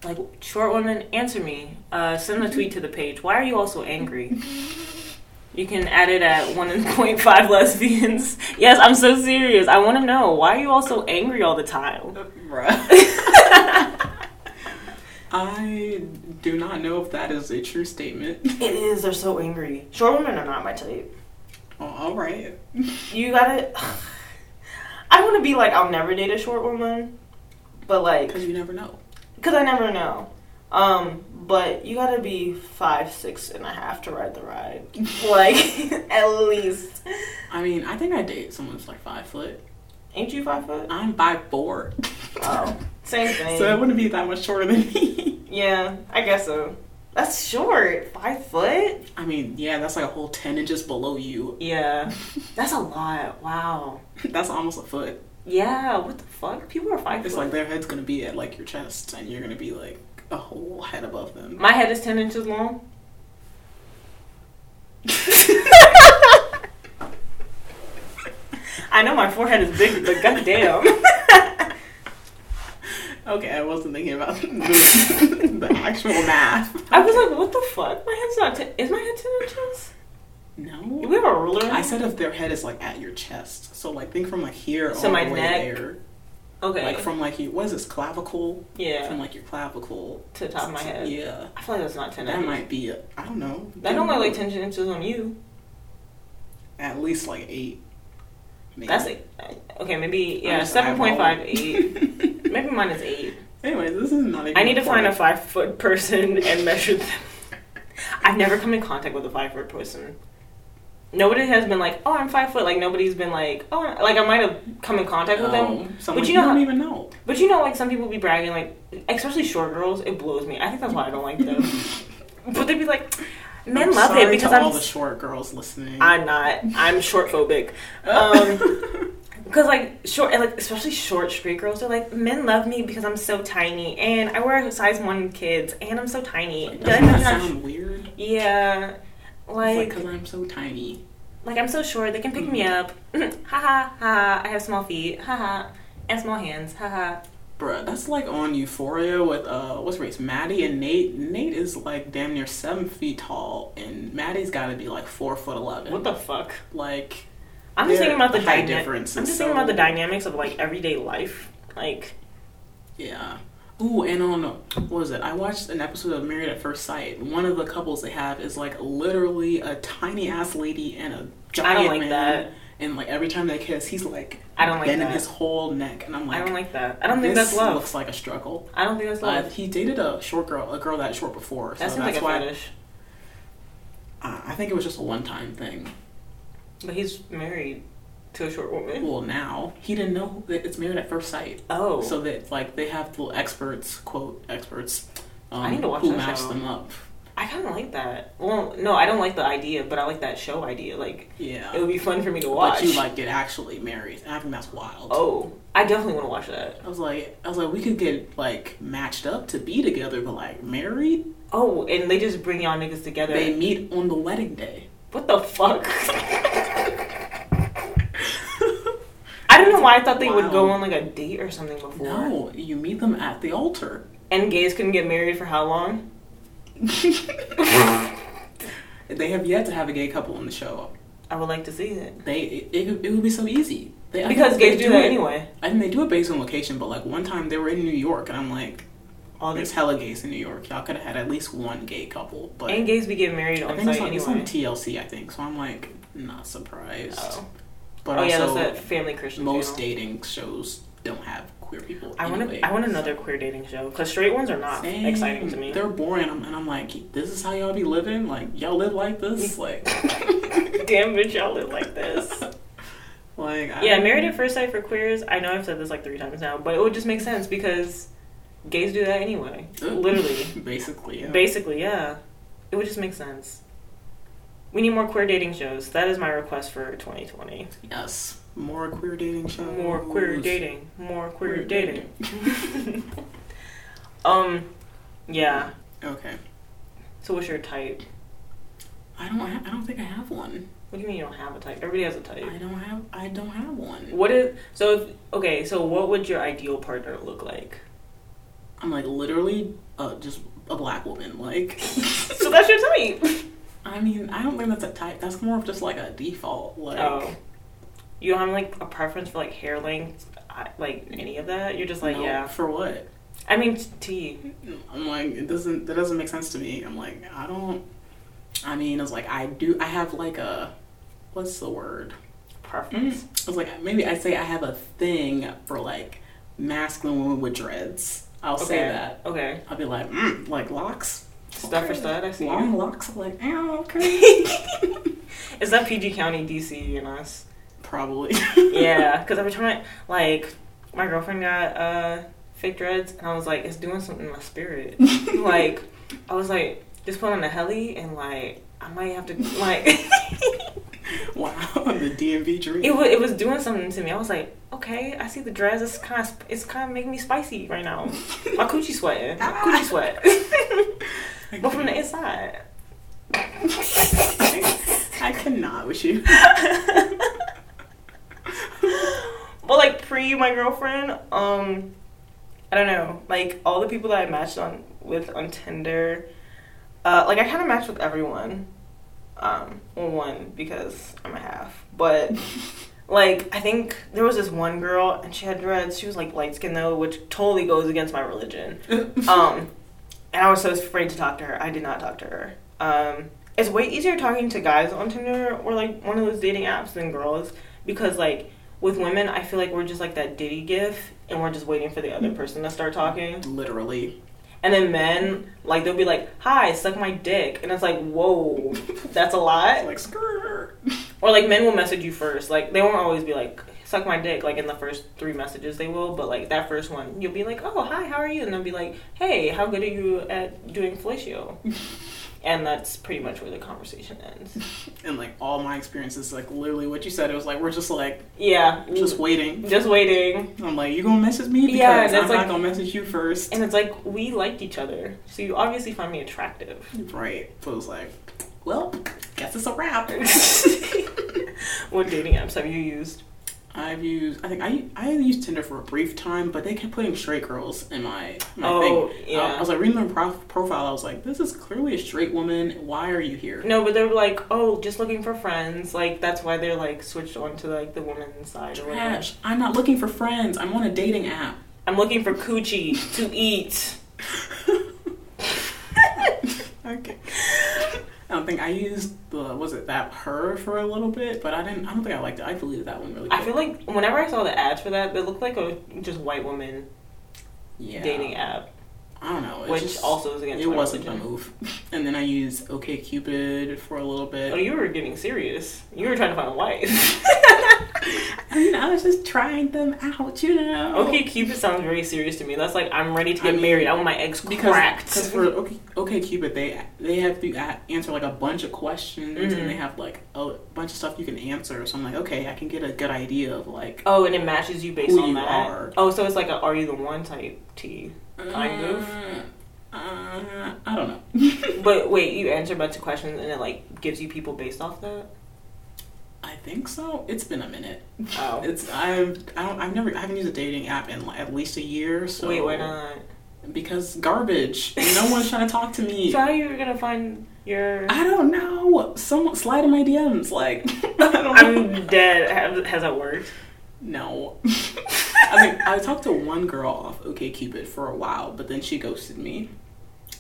G: Like, short women, answer me. Uh, send a tweet to the page. Why are you all so angry? [laughs] You can add it at 1.5 lesbians. [laughs] yes, I'm so serious. I want to know. Why are you all so angry all the time?
H: I do not know if that is a true statement. [laughs]
G: It is. They're so angry. Short women are not my type.
H: Oh, all right.
G: You gotta. [sighs] I want to be like I'll never date a short woman, but like
H: Because you never know.
G: because I never know. Um, but you gotta be five, six and a half to ride the [laughs] ride. like at least.
H: I mean, I think I date someone that's like five foot.
G: Ain't you five [laughs] foot?
H: I'm five four.
G: Oh, same
H: [laughs]
G: thing.
H: So it wouldn't be that much shorter than me. [laughs]
G: yeah, I guess so. That's short. Five foot.
H: I mean, yeah, that's like a whole ten inches below you.
G: Yeah, [laughs] that's a lot. Wow.
H: [laughs] That's almost a foot.
G: Yeah. What the fuck? People are five
H: It's
G: foot.
H: like their head's gonna be at like your chest, and you're gonna be like a whole head above
G: [laughs]
H: them.
G: My head is ten inches long. I know my forehead is big, but goddamn. [laughs]
H: Okay, I wasn't thinking about the, [laughs] the actual math.
G: I was like, what the fuck? My head's not. Ten- is my head ten inches? Do we
H: No,
G: have a ruler?
H: I said if their head is like at your chest, so like think from like here
G: So
H: all
G: my
H: the way
G: neck,
H: there,
G: okay.
H: like from like your what is this clavicle?
G: yeah,
H: From like your clavicle
G: to the top of my head.
H: Yeah,
G: I feel like that's not ten
H: that
G: inches.
H: might be. A, I don't know.
G: that don't look like ten inches on you.
H: At least like eight. Maybe.
G: That's like, okay, maybe
H: I'm
G: yeah,
H: just
G: seven point five
H: [laughs]
G: eight.
H: eyeballing.
G: Maybe mine is eight.
H: Anyways, this is not. Even
G: I need to find a
H: important.
G: five foot person and measure them. I've never come in contact with a five foot person. Nobody has been like, oh, I'm five foot. Like nobody's been like, oh, I-" like I might have come in contact with
H: Oh,
G: them.
H: so I'm
G: but
H: like,
G: you know,
H: don't
G: how,
H: even know.
G: but you know, like some people be bragging, like especially short girls. It blows me. I think that's why I don't
H: [laughs]
G: like them. but they'd be like, men
H: I'm
G: love
H: sorry
G: it because
H: to
G: I'm. um,
H: all the short girls listening.
G: [laughs]
H: [laughs]
G: I'm not. I'm short phobic. Um, Cause like short, and, like especially short straight girls, they're like, men love me because I'm so tiny, and I wear size one kids, and I'm so tiny.
H: Doesn't
G: Did I mention
H: that
G: I'm-
H: sound weird?
G: yeah,
H: It's like
G: like
H: because I'm so tiny.
G: like I'm so short, they can pick me up.
H: Mm-hmm.
G: [laughs] ha ha ha! I have small feet. Ha ha, and small hands. Ha ha.
H: Bruh, that's like on Euphoria with uh, what's race? Maddie and Nate. Nate is like damn near seven feet tall, and Maddie's got to be like four foot eleven.
G: What the fuck?
H: Like,
G: I'm just
H: They're
G: thinking about the
H: high
G: dyna-
H: difference,
G: I'm
H: and
G: just thinking about
H: so-
G: the dynamics of like everyday life. Like
H: yeah. Ooh, and on what was it? I watched an episode of Married at First Sight. One of the couples they have is like literally a tiny ass lady and a giant
G: like
H: man.
G: that.
H: And like every time they kiss, he's like
G: I don't like
H: bending
G: that.
H: his whole neck, and I'm
G: I
H: like,
G: don't like that. I don't think
H: this
G: that's love.
H: looks like a struggle.
G: I don't think that's
H: Uh,
G: love.
H: he dated a short girl, a girl that short before. So
G: that
H: that's
G: seems like a
H: why
G: fetish.
H: Uh, I think it was just a one-time thing.
G: But he's married to a short woman.
H: Well, now he didn't know that it's married at first sight,
G: Oh,
H: so that like they have little experts, quote experts, um,
G: I need to watch
H: who
G: that
H: match
G: show.
H: them up.
G: I kind of like that. Well, no, I don't like the idea, but I like that show idea. Like it
H: Yeah,
G: would be fun for me to watch.
H: but you like get actually married, and I think that's wild.
G: Oh, I definitely want to watch that.
H: I was like, I was like, we could get like matched up to be together, but like married,
G: Oh, and they just bring y'all niggas together.
H: they meet on the wedding day.
G: What the fuck? [laughs] I don't know why I thought they would go
H: Wow.
G: on like a date or something before.
H: No, you meet them at the
G: [laughs]
H: altar.
G: And gays couldn't get married for how long?
H: They have yet to have a gay couple on the show.
G: I would like to see it
H: They it, it, would- it would be so easy they, I
G: because
H: think they
G: gays do that
H: it-
G: anyway.
H: I think they do it based on location, but like one time they were in New York, and I'm like,
G: All
H: oh, there's
G: these
H: hella gays in New York. Y'all could have had at least one gay couple, but
G: and gays be getting married
H: I
G: on
H: think it's
G: site
H: on, it's on
G: anyway.
H: TLC, I think. So I'm like, not surprised.
G: Oh.
H: But
G: Oh
H: also,
G: yeah, that's that family Christian.
H: most
G: channel.
H: dating shows don't have queer people.
G: I want
H: anyway.
G: to. I want another queer dating show because straight ones are not
H: Same.
G: exciting to me.
H: They're boring, and I'm, and I'm like, this is how y'all be living. Like y'all live like
G: [laughs]
H: this. Like,
G: [laughs] Damn bitch, y'all live like this.
H: [laughs] like I-
G: yeah, married at first sight for queers. I know I've said this like three times now, but it would just make sense because gays do that anyway. Literally,
H: [laughs] basically. Yeah.
G: basically, yeah. It would just make sense. We need more queer dating shows. That is my request for 2020.
H: Yes. More queer dating shows.
G: More queer dating. More queer, dating. [laughs] um, yeah.
H: Okay.
G: So what's your type?
H: I don't. Ha- I don't think I have one.
G: What do you mean you don't have a type? Everybody has a
H: I
G: type.
H: don't have. I don't have one.
G: What is so? If, okay, so what would your ideal partner look like?
H: I'm like literally uh, just a black woman. Like,
G: So that's your
H: [laughs]
G: type.
H: I mean, I don't think that's a type. That's more of just like a default. Like,
G: Oh, you don't have like a preference for like hair length, I- like any of that. You're just like
H: no,
G: yeah.
H: For what?
G: I mean, t- to you,
H: I'm like, it doesn't. That doesn't make sense to me. I'm like, I don't. I mean, it's like I do. I have like a. What's the word?
G: preference.
H: I was like, maybe I'd say I have a thing for like masculine women with dreads. I'll say that.
G: Okay.
H: I'll be like, mm, like locks,
G: Stud for stud. I see.
H: long locks. I'm like, oh,
G: [laughs]
H: okay.
G: Is that PG County, DC, and us?
H: Probably. [laughs]
G: Yeah, because every time I like, my girlfriend got uh fake dreads, and I was like, it's doing something to my spirit. like, I was like, just put on a heli, and like, I might have to like.
H: Wow, the DMV dream.
G: it was it was doing something to me. I was like, okay, I see the dreads. It's kind of it's kind of making me spicy right now. My coochie sweating. My coochie sweat. but from the inside.
H: [laughs] I cannot with you.
G: But like pre my girlfriend, um, I don't know. Like all the people that I matched on with on Tinder, uh, like I kind of matched with everyone. Um, well, one because I'm a half, but like I think there was this one girl and she had dreads. She was like light skinned though, which totally goes against my religion. um, and I was so afraid to talk to her. I did not talk to her. Um, it's way easier talking to guys on Tinder or like one of those dating apps than girls because like with women, I feel like we're just like that Diddy gif and we're just waiting for the
H: Mm-hmm.
G: other person to start talking.
H: Literally.
G: And then men, like they'll be like, "Hi, suck my dick," and it's like,
H: [laughs]
G: "Whoa, that's a lot."
H: Like, skirt. [laughs]
G: Or like men will message you first. Like they won't always be like suck my dick. Like in the first three messages they will, but like that first one you'll be like, oh hi, how are you? And they'll be like, hey, how good are you at
H: [laughs]
G: doing fellatio? and that's pretty much where the conversation ends.
H: And like all my experiences, like literally what you said, it was like we're just like
G: Yeah,
H: just waiting.
G: just waiting.
H: I'm like, you gonna message me because
G: Yeah, that's
H: I'm
G: like-
H: not gonna message you first.
G: And it's like we liked each other, so you obviously find me attractive.
H: right. So it was like, well, guess it's a wrap.
G: [laughs] what dating apps have you used?
H: I've used. I think I I used Tinder for a brief time, but they kept putting straight girls in my my
G: Oh,
H: thing.
G: yeah.
H: I, I was like reading their prof- profile. I was like, this is clearly a straight woman. Why are you here?
G: No, but they were like, oh, just looking for friends. Like that's why they're like switched on to like the woman's side or whatever.
H: Trash. Oh I'm not looking for friends. I'm on a dating app.
G: I'm looking for coochie to eat.
H: Okay. [laughs] I don't think I used the was it that her for a little bit, but I didn't. I don't think I liked it. I deleted that one really. Quick.
G: I feel like whenever I saw the ads for that, they looked like a just white woman
H: yeah.
G: dating app,
H: I don't know. It
G: which
H: just-
G: also is against
H: it
G: my
H: wasn't a
G: religion.
H: move. [laughs] And then I used OK Cupid for a little bit.
G: Oh, you were getting serious. You were trying to find
H: [laughs]
G: a wife.
H: I mean, I was just trying them out, you know.
G: okay, Cupid sounds very serious to me. That's like I'm ready to get
H: I mean,
G: married. I want my ex
H: Because
G: cracked. [laughs]
H: Cause for okay, okay Cupid, they they have to a- answer like a bunch of questions,
G: Mhm.
H: and they have like a bunch of stuff you can answer. So I'm like, okay, I can get a good idea of like
G: Oh, and it matches you based
H: Who
G: on
H: you
G: that.
H: are.
G: Oh, so it's like a "Are you the one?" type T. Kind of.
H: Mm. Uh, I don't know. [laughs]
G: But wait, you answer a bunch of questions and it like gives you people based off that.
H: I think so. It's been a minute.
G: Oh,
H: It's I've I don't I've never I haven't used a dating app in like, at least a year. So
G: wait, why not?
H: Because garbage. no one's trying to talk to me.
G: So how are you gonna find your?
H: I don't know. Someone slide in my DMs. Like [laughs] I don't know.
G: I'm dead. Have- Has that worked?
H: No. [laughs] I mean, I talked to one girl off OKCupid for a while, but then she ghosted me.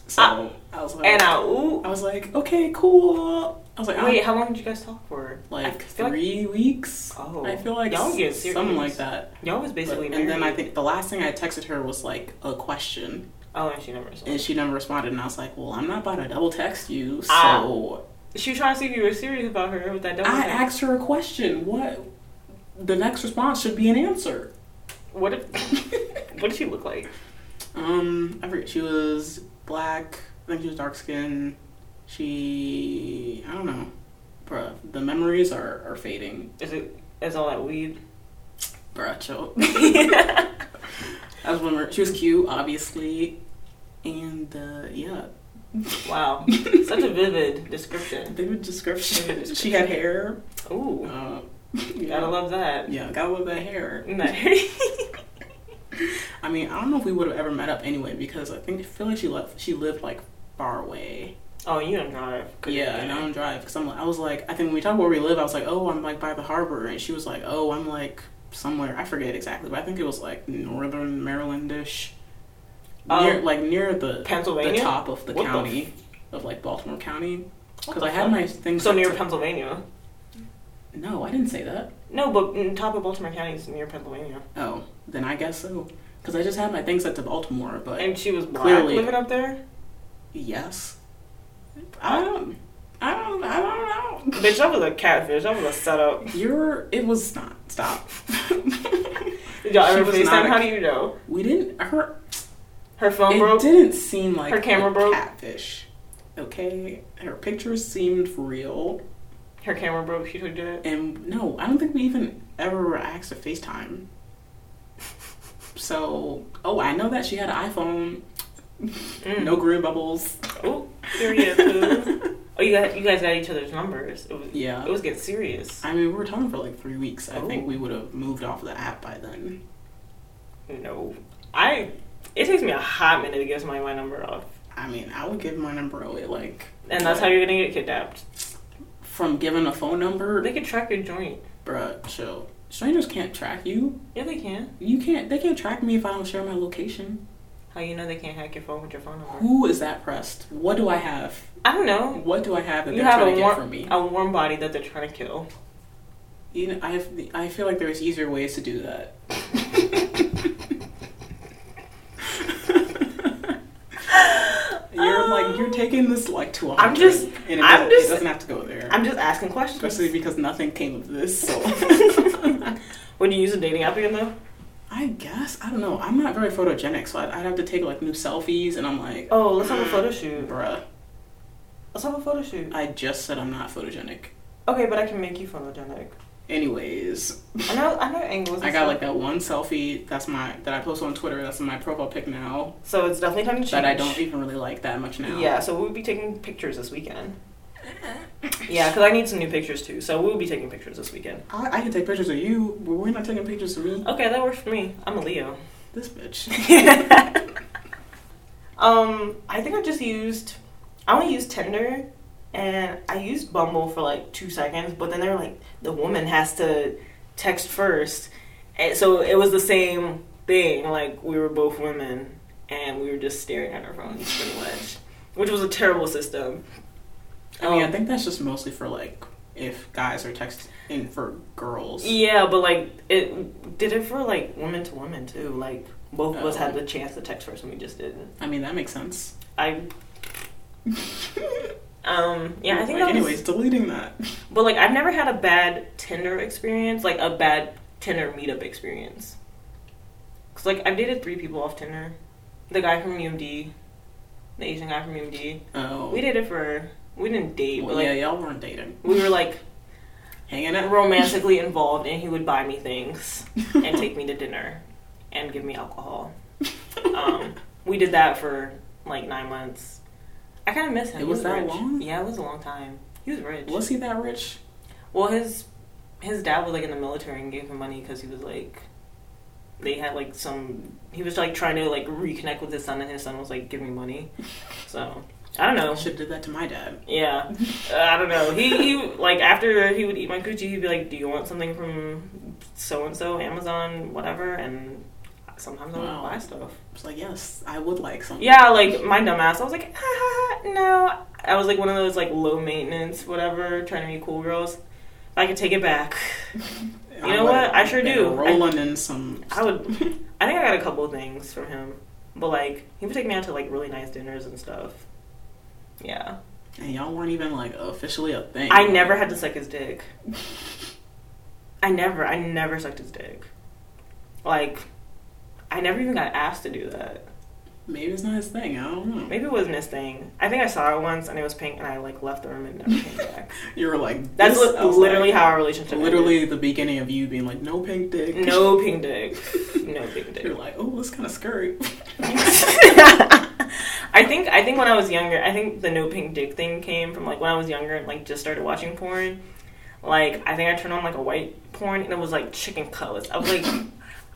H: So
G: Ah.
H: I was like,
G: And I, ooh,
H: I was like, okay, cool. I was like,
G: wait,
H: wait,
G: how long did you guys talk for? I
H: like
G: feel like-
H: three weeks.
G: Oh.
H: I feel like
G: Y'all get
H: something
G: serious.
H: like that.
G: Y'all was basically
H: and then I
G: married.
H: think the last thing I texted her was like a question,
G: Oh, and she never saw.
H: and she never responded. And I was like, well, I'm not about to double text you, so
G: Ah. She was trying to see if you were serious about her with that double.
H: I
G: thing.
H: asked her a question. What? The next response should be an answer.
G: What if? [laughs] what did she look like?
H: Um, I forget. She was black. I think she was dark skinned. She, I don't know. memories are, are fading.
G: Is it is all that
H: [laughs]
G: weed? [laughs]
H: Bruh, chill. [laughs] That's when we're- she was cute, obviously. And uh, yeah,
G: Wow, such a vivid description.
H: vivid description. [laughs] she had hair.
G: Ooh,
H: Uh,
G: gotta love that. [laughs]
H: Yeah, gotta love that hair. I mean, I don't know if we would have ever met up anyway because I think I feel like she left. She lived like far away.
G: oh, you don't drive.
H: Yeah, and I don't drive because I'm. I was like, I think when we talked about where we live, I was like, oh, I'm like by the harbor, and she was like, oh, I'm like somewhere. I forget exactly, but I think it was like northern Marylandish,
G: Oh.
H: near like near the
G: Pennsylvania?
H: the top of the
G: What the
H: county of like Baltimore County. Because I had my things. [laughs]
G: So near Pennsylvania.
H: No, I didn't say that.
G: No, but mm, top of Baltimore County is near Pennsylvania.
H: Oh, then I guess so. Because I just had my things set to Baltimore, but
G: And she was black
H: Clearly.
G: living up there.
H: yes, I don't, I don't, I don't know.
G: Bitch, that was a catfish. That was a setup.
H: You're. It was not.
G: [laughs]
H: Stop.
G: Did [laughs] y'all
H: She
G: ever
H: was not
G: FaceTime?
H: a-
G: How do you know?
H: we didn't. Her.
G: Her phone
H: it
G: broke.
H: didn't seem like
G: Her camera
H: a
G: broke?
H: Catfish. Okay, her pictures seemed real,
G: Her camera broke. She took it.
H: and no, I don't think we even ever were asked to FaceTime. So, oh, I know that she had an iPhone.
G: Hmm.
H: No green bubbles.
G: Oh, Mm. serious. Ooh. oh, you got you guys got each other's numbers. It was,
H: Yeah.
G: It was getting
H: [laughs]
G: serious.
H: I mean, we were talking for like three weeks. I think
G: Oh.
H: we would have moved off the app by then.
G: No, I. It takes me a hot minute to give somebody my number off,
H: I mean, I would give my number away, like,
G: and that's how you're gonna get kidnapped.
H: from giving a phone number,
G: They can track your joint.
H: bruh, chill. Strangers can't track you.
G: Yeah, they can.
H: You can't. They can't track me if I don't share my location.
G: How you know they can't hack your phone with your phone number?
H: Who is that pressed? What do I have?
G: I don't know.
H: What do I have that
G: You
H: they're
G: have a
H: trying to get
G: warm,
H: from me?
G: a warm body that they're trying to kill.
H: You know, I have. I feel like there's easier ways to do that. [laughs] you're like you're taking this like to a
G: I'm
H: hundred.
G: just-
H: and it
G: I'm
H: doesn't,
G: just-
H: It doesn't have to go there.
G: I'm just asking questions.
H: Especially because nothing came of this.
G: [laughs]
H: So.
G: Would you use a dating app again though?
H: I guess I don't know. I'm not very photogenic, so I'd, I'd have to take like new selfies, and I'm like,
G: Oh, let's have a
H: [sighs]
G: photo shoot.
H: bruh.
G: Let's have a photo shoot.
H: I just said I'm not photogenic.
G: Okay, but I can make you photogenic.
H: Anyways,
G: I know. I know angles. and
H: I got
G: stuff.
H: like that one selfie that's my that I post on Twitter. That's my profile pic now.
G: So it's definitely time to change.
H: That I don't even really like that much now.
G: Yeah, so we'll be taking pictures this weekend. Yeah, because I need some new pictures too, so we'll be taking pictures this weekend.
H: I, I can take pictures of you, but we're not taking pictures of me.
G: Okay, that works for me. I'm a Leo.
H: This bitch.
G: um, I think I just used, I only used Tinder, and I used Bumble for like two seconds, but then they were like, the woman has to text first, and so it was the same thing. Like we were both women, and we were just staring at our phones pretty much, which was a terrible system.
H: I mean, I
G: Um,
H: think that's just mostly for like if guys are texting for girls.
G: Yeah, but like it did it for like women to women too. Like both of us had the chance to text first, and we just didn't.
H: I mean, that makes sense.
G: I um yeah, I think
H: Like,
G: that
H: anyways,
G: was.
H: deleting
G: [laughs]
H: that.
G: But like I've never had a bad Tinder experience, like a bad Tinder meetup experience. Cause like I've dated three people off Tinder, the guy from UMD, the Asian guy from UMD.
H: Oh,
G: We dated for we didn't date, but
H: Well,
G: like
H: yeah, y'all weren't dating.
G: we
H: [laughs]
G: were like
H: Hanging out. [laughs]
G: romantically involved, and he would buy me things and take me to dinner and give me alcohol. Um, we did that for like nine months. I kind of miss him.
H: It
G: He
H: was that
G: rich.
H: long?
G: Yeah, it was a long time. He was rich.
H: Was he that rich?
G: Well, his his dad was like in the military and gave him money because he was like they had like some. He was like trying to like reconnect with his son, and his son was like, "Give me money." So I don't know.
H: I should have did that to my dad.
G: Yeah, Uh, I don't know. He, he like after he would eat my coochie, he'd be like, "Do you want something from so and so, Amazon, whatever?" And sometimes I would
H: Wow.
G: buy stuff.
H: It's like, yes, I would like something.
G: Yeah, like my dumbass, I was like, ah, "No." I was like one of those like low maintenance, whatever, trying to be cool girls. If I could take it back,
H: you
G: know what? I sure do.
H: Rolling in some.
G: I would. I think I got a couple of things from him, but like he would take me out to like really nice dinners and stuff. Yeah,
H: [laughs] And y'all weren't even like officially a thing.
G: I never had to suck his dick. I never, I never sucked his dick. Like, I never even got asked to do that.
H: Maybe it's not his thing. I don't know.
G: Maybe it wasn't his thing. I think I saw it once and it was pink and I like left the room and never
H: [laughs]
G: came back.
H: You were like,
G: That's
H: this?
G: li-
H: I was
G: literally
H: like-
G: how our relationship
H: Literally the beginning of you being like, no pink dick.
G: ended. No pink dick. No pink
H: [laughs]
G: dick.
H: You're like, oh, that's kind of scary. [laughs]
G: I think I think when I was younger, I think the no pink dick thing came from like when I was younger and like just started watching porn. Like I think I turned on like a white porn and it was like chicken cutlets. I was like,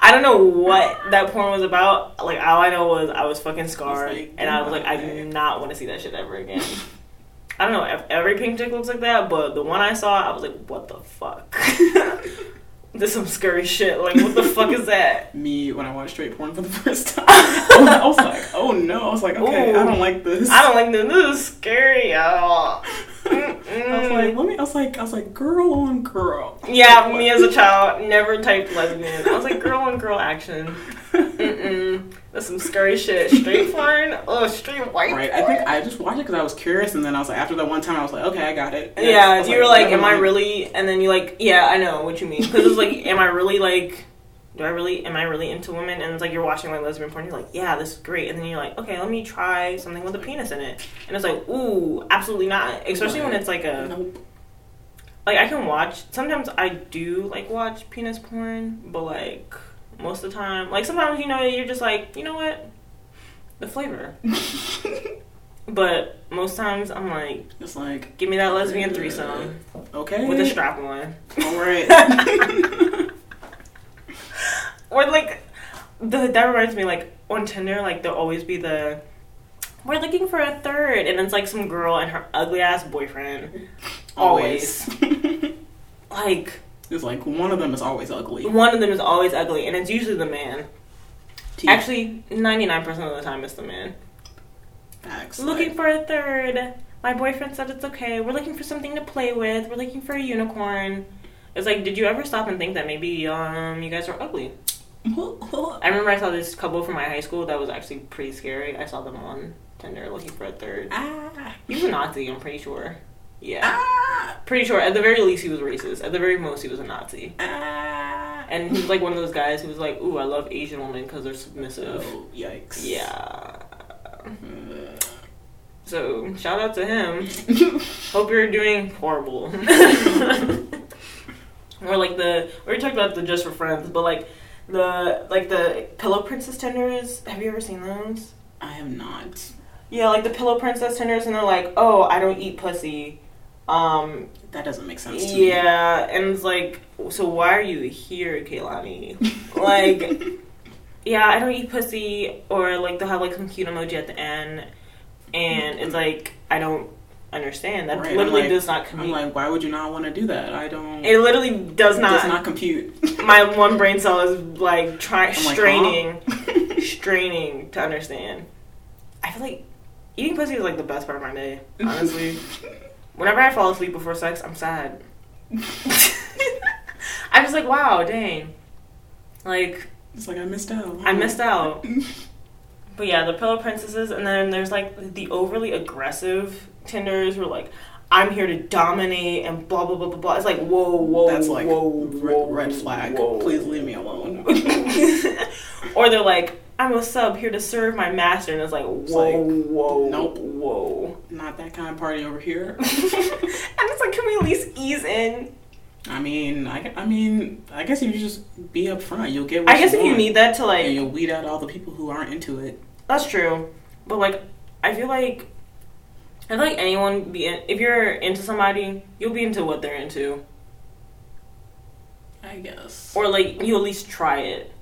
G: I don't know what that porn was about. Like all I know was I was fucking scarred
H: like, oh,
G: and I was like, I do
H: okay.
G: not want to see that shit ever again. I don't know if every pink dick looks like that, but the one I saw, I was like, what the fuck? [laughs] this some scary shit. Like what the fuck is that?
H: Me when I watched straight porn for the [laughs]
G: [laughs]
H: first time, I was like, oh no. I was like, okay, I don't
G: Ooh.
H: like this.
G: I don't like this. This is scary at all.
H: [laughs] I was like, let me. I was like, I was like, girl on girl.
G: Mm. Yeah, me as a child never typed lesbian. I was like, girl on girl action.
H: [laughs]
G: Mm-mm. That's some scary shit. Straight porn? Oh, straight white
H: Right. I
G: porn?
H: think I just watched it because I was curious, and then I was like, after that one time, I was like, okay, I got it. And I
G: yeah,
H: was
G: you were like,
H: never
G: am I
H: mind.
G: really? And then you like, yeah, I know what you mean. Because it's like, am I really like, do I really, am I really into women? And it's like, you're watching like lesbian porn, you're like, yeah, this is great. And then you're like, okay, let me try something with a penis in it. And it's like, ooh, absolutely not. Especially when it's like a.
H: Nope.
G: like I can watch. Sometimes I do like watch penis porn, but like most of the time, like sometimes you know you're just like you know what, the flavor. but most times I'm like,
H: It's like,
G: give me that lesbian threesome
H: okay,
G: with a strap on,
H: All [laughs] right.
G: or like the that reminds me like on Tinder like there'll always be the. We're looking for a third, and it's like some girl and her ugly ass boyfriend. Always. Like,
H: [laughs] it's like one of them is always ugly.
G: one of them is always ugly, and it's usually the man.
H: Teeth,
G: Actually, 99% of the time it's the man.
H: facts.
G: Looking
H: like,
G: for a third. My boyfriend said it's okay. We're looking for something to play with. We're looking for a unicorn. It's like, did you ever stop and think that maybe um you guys are ugly? [laughs] I remember I saw this couple from my high school that was actually pretty scary. I saw them on Tinder looking for a third.
H: ah,
G: He was a Nazi, I'm pretty sure. Yeah.
H: ah,
G: Pretty sure. At the very least, he was racist. At the very most, he was a Nazi.
H: ah.
G: And he was like one of those guys who was like, ooh, I love Asian women because they're submissive.
H: Oh, yikes.
G: Yeah.
H: Uh,
G: So shout out to him. Hope you're doing horrible. [laughs] or like the we already talked about the just for friends, but like the like the pillow princess tenders. Have you ever seen those?
H: I have not.
G: Yeah, like the pillow princess tenders, and they're like, oh, I don't eat pussy. Um,
H: That doesn't make sense to me.
G: yeah, and it's like, so why are you here, Kaylani? like,
H: [laughs]
G: yeah, I don't eat pussy, or like they'll have like some cute emoji at the end, and it's like I don't understand. That
H: Right, I'm
G: literally
H: like-
G: does not
H: I'm
G: compute.
H: like, why would you not want to do that? I don't.
G: it literally does not.
H: does not compute. [laughs]
G: My one brain cell is like trying,
H: I'm like,
G: straining, straining to understand. I feel like eating pussy is like the best part of my day.
H: [laughs]
G: Honestly, whenever I fall asleep before sex, I'm sad. [laughs] I'm just like, wow, dang, like.
H: It's like I missed out.
G: I missed out. But yeah, the Pillow Princesses, and then there's like the overly aggressive Tinders who are like, I'm here to dominate and blah blah blah blah blah. It's like whoa whoa
H: That's like
G: whoa,
H: re-
G: whoa
H: red flag.
G: whoa.
H: Please leave me alone.
G: [laughs] or they're like, I'm a sub here to serve my master, and it's like whoa
H: like,
G: whoa
H: nope.
G: [laughs] whoa.
H: not that kind of party over here.
G: and it's like, can we at least ease in?
H: I mean, I, I mean, I guess if you just be upfront, you'll get. What
G: I guess if you
H: want,
G: need that to like
H: and you'll weed out all the people who aren't into it.
G: That's true, but like I feel like I feel like anyone be in, if you're into somebody, you'll be into what they're into,
H: I guess.
G: or like you at least try it.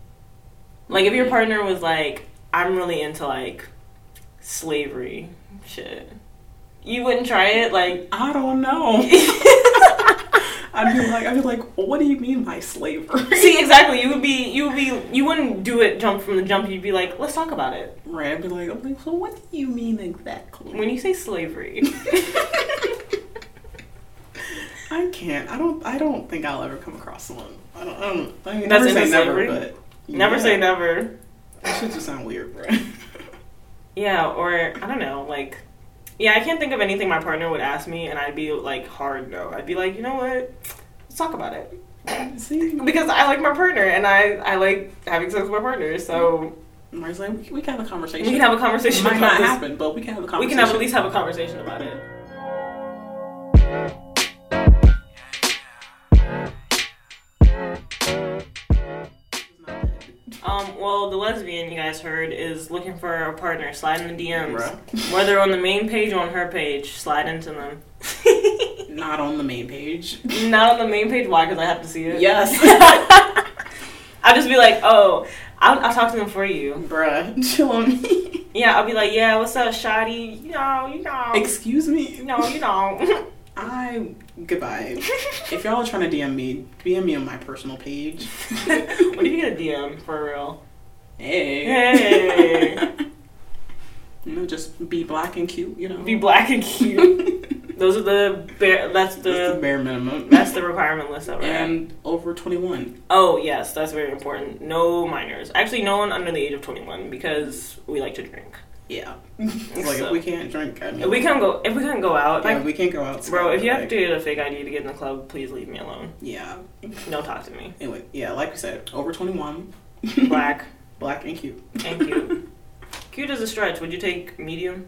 G: Like if your partner was like, "I'm really into like slavery shit," you wouldn't try it. Like
H: I don't
G: [laughs]
H: know. I'd be like, I'd be like, what do you mean by slavery?
G: [laughs] see exactly, you would be you would be you wouldn't do it jump from the jump. You'd be like, "Let's talk about it."
H: Right? I'd be like, I'm like, so what do you mean exactly?
G: When you say slavery, [laughs]
H: I can't. I don't. I don't think I'll ever come across someone. I don't. I don't. I mean, never
G: That's
H: say
G: into
H: never,
G: slavery?
H: but
G: never
H: yeah.
G: say never.
H: That should just sound weird, bro. [laughs]
G: Yeah, or I don't know, like, yeah, I can't think of anything my partner would ask me, and I'd be like, hard no. I'd be like, you know what? Let's talk about it
H: See,
G: because I like my partner and I I like having sex with my partner, so
H: Marty's like, we, we can have a conversation.
G: We can have a conversation
H: It might
G: about
H: not
G: this.
H: happen, but we can have a
G: We
H: conversation.
G: can have at least have a conversation about it. Um, well, the lesbian you guys heard is looking for a partner. Slide in the DMs.
H: Bruh.
G: Whether on the main page or on her page, slide into them. [laughs]
H: Not on the main page.
G: Not on the main page. Why? Because I have to see it.
H: Yes.
G: [laughs] I'll just be like, oh, I'll, I'll talk to them for you.
H: [laughs] Bruh, chill on me.
G: Yeah, I'll be like, yeah, what's up, Shotty? You know, you know.
H: Excuse me.
G: you know, Oh. you [laughs] know.
H: [laughs] I goodbye. if y'all are trying to DM me, DM me on my personal page.
G: [laughs] what if you get a DM for real?
H: Hey.
G: Hey.
H: you know, just be black and cute. You know, [laughs]
G: Be black and cute. Those are the bare. That's
H: That's the
G: the
H: bare minimum.
G: that's the requirement list that we're at.
H: and over twenty one.
G: Oh yes, that's very important. No minors. Actually, no one under the age of twenty-one because we like to drink. [laughs]
H: Yeah. It's like
G: So-
H: if we can't drink, I mean,
G: If we can't go, if we can't go out,
H: yeah,
G: like,
H: we can't go out.
G: [laughs] bro, if you have to get a fake ID to get in the club, please leave me alone.
H: yeah.
G: Don't talk to me.
H: Anyway, yeah, like we said, over twenty one,
G: Black
H: [laughs] black and cute.
G: and cute. cute is a stretch. Would you take medium?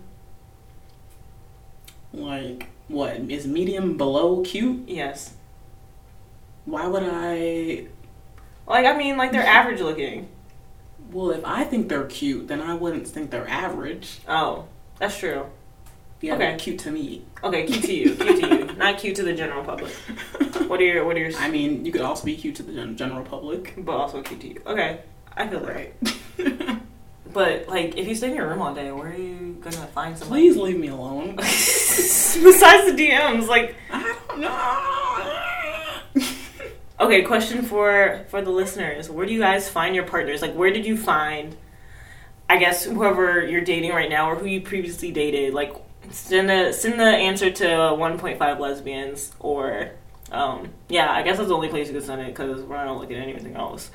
H: [laughs] Like what is medium below cute?
G: Yes.
H: Why would I?
G: Like I mean, like they're average looking.
H: Well, if I think they're cute, then I wouldn't think they're average.
G: Oh, that's true.
H: Yeah,
G: Okay.
H: they're cute to me.
G: Okay, cute to you,
H: [laughs]
G: cute to you, not cute to the general public. What are your what are your?
H: I mean, you could also be cute to the gen- general public.
G: but also cute to you. Okay, I feel that.
H: Right.
G: But like, if you stay in your room all day, where are you gonna find
H: [laughs]
G: somebody?
H: Please leave me alone.
G: [laughs] Besides the DMs, like
H: I don't know.
G: okay, question for for the listeners: Where do you guys find your partners? Like, where did you find? I guess whoever you're dating right now, or who you previously dated, like send a send the answer to 1.5 lesbians or. Um, yeah, I guess that's the only place you can send it because we're not looking at anything else.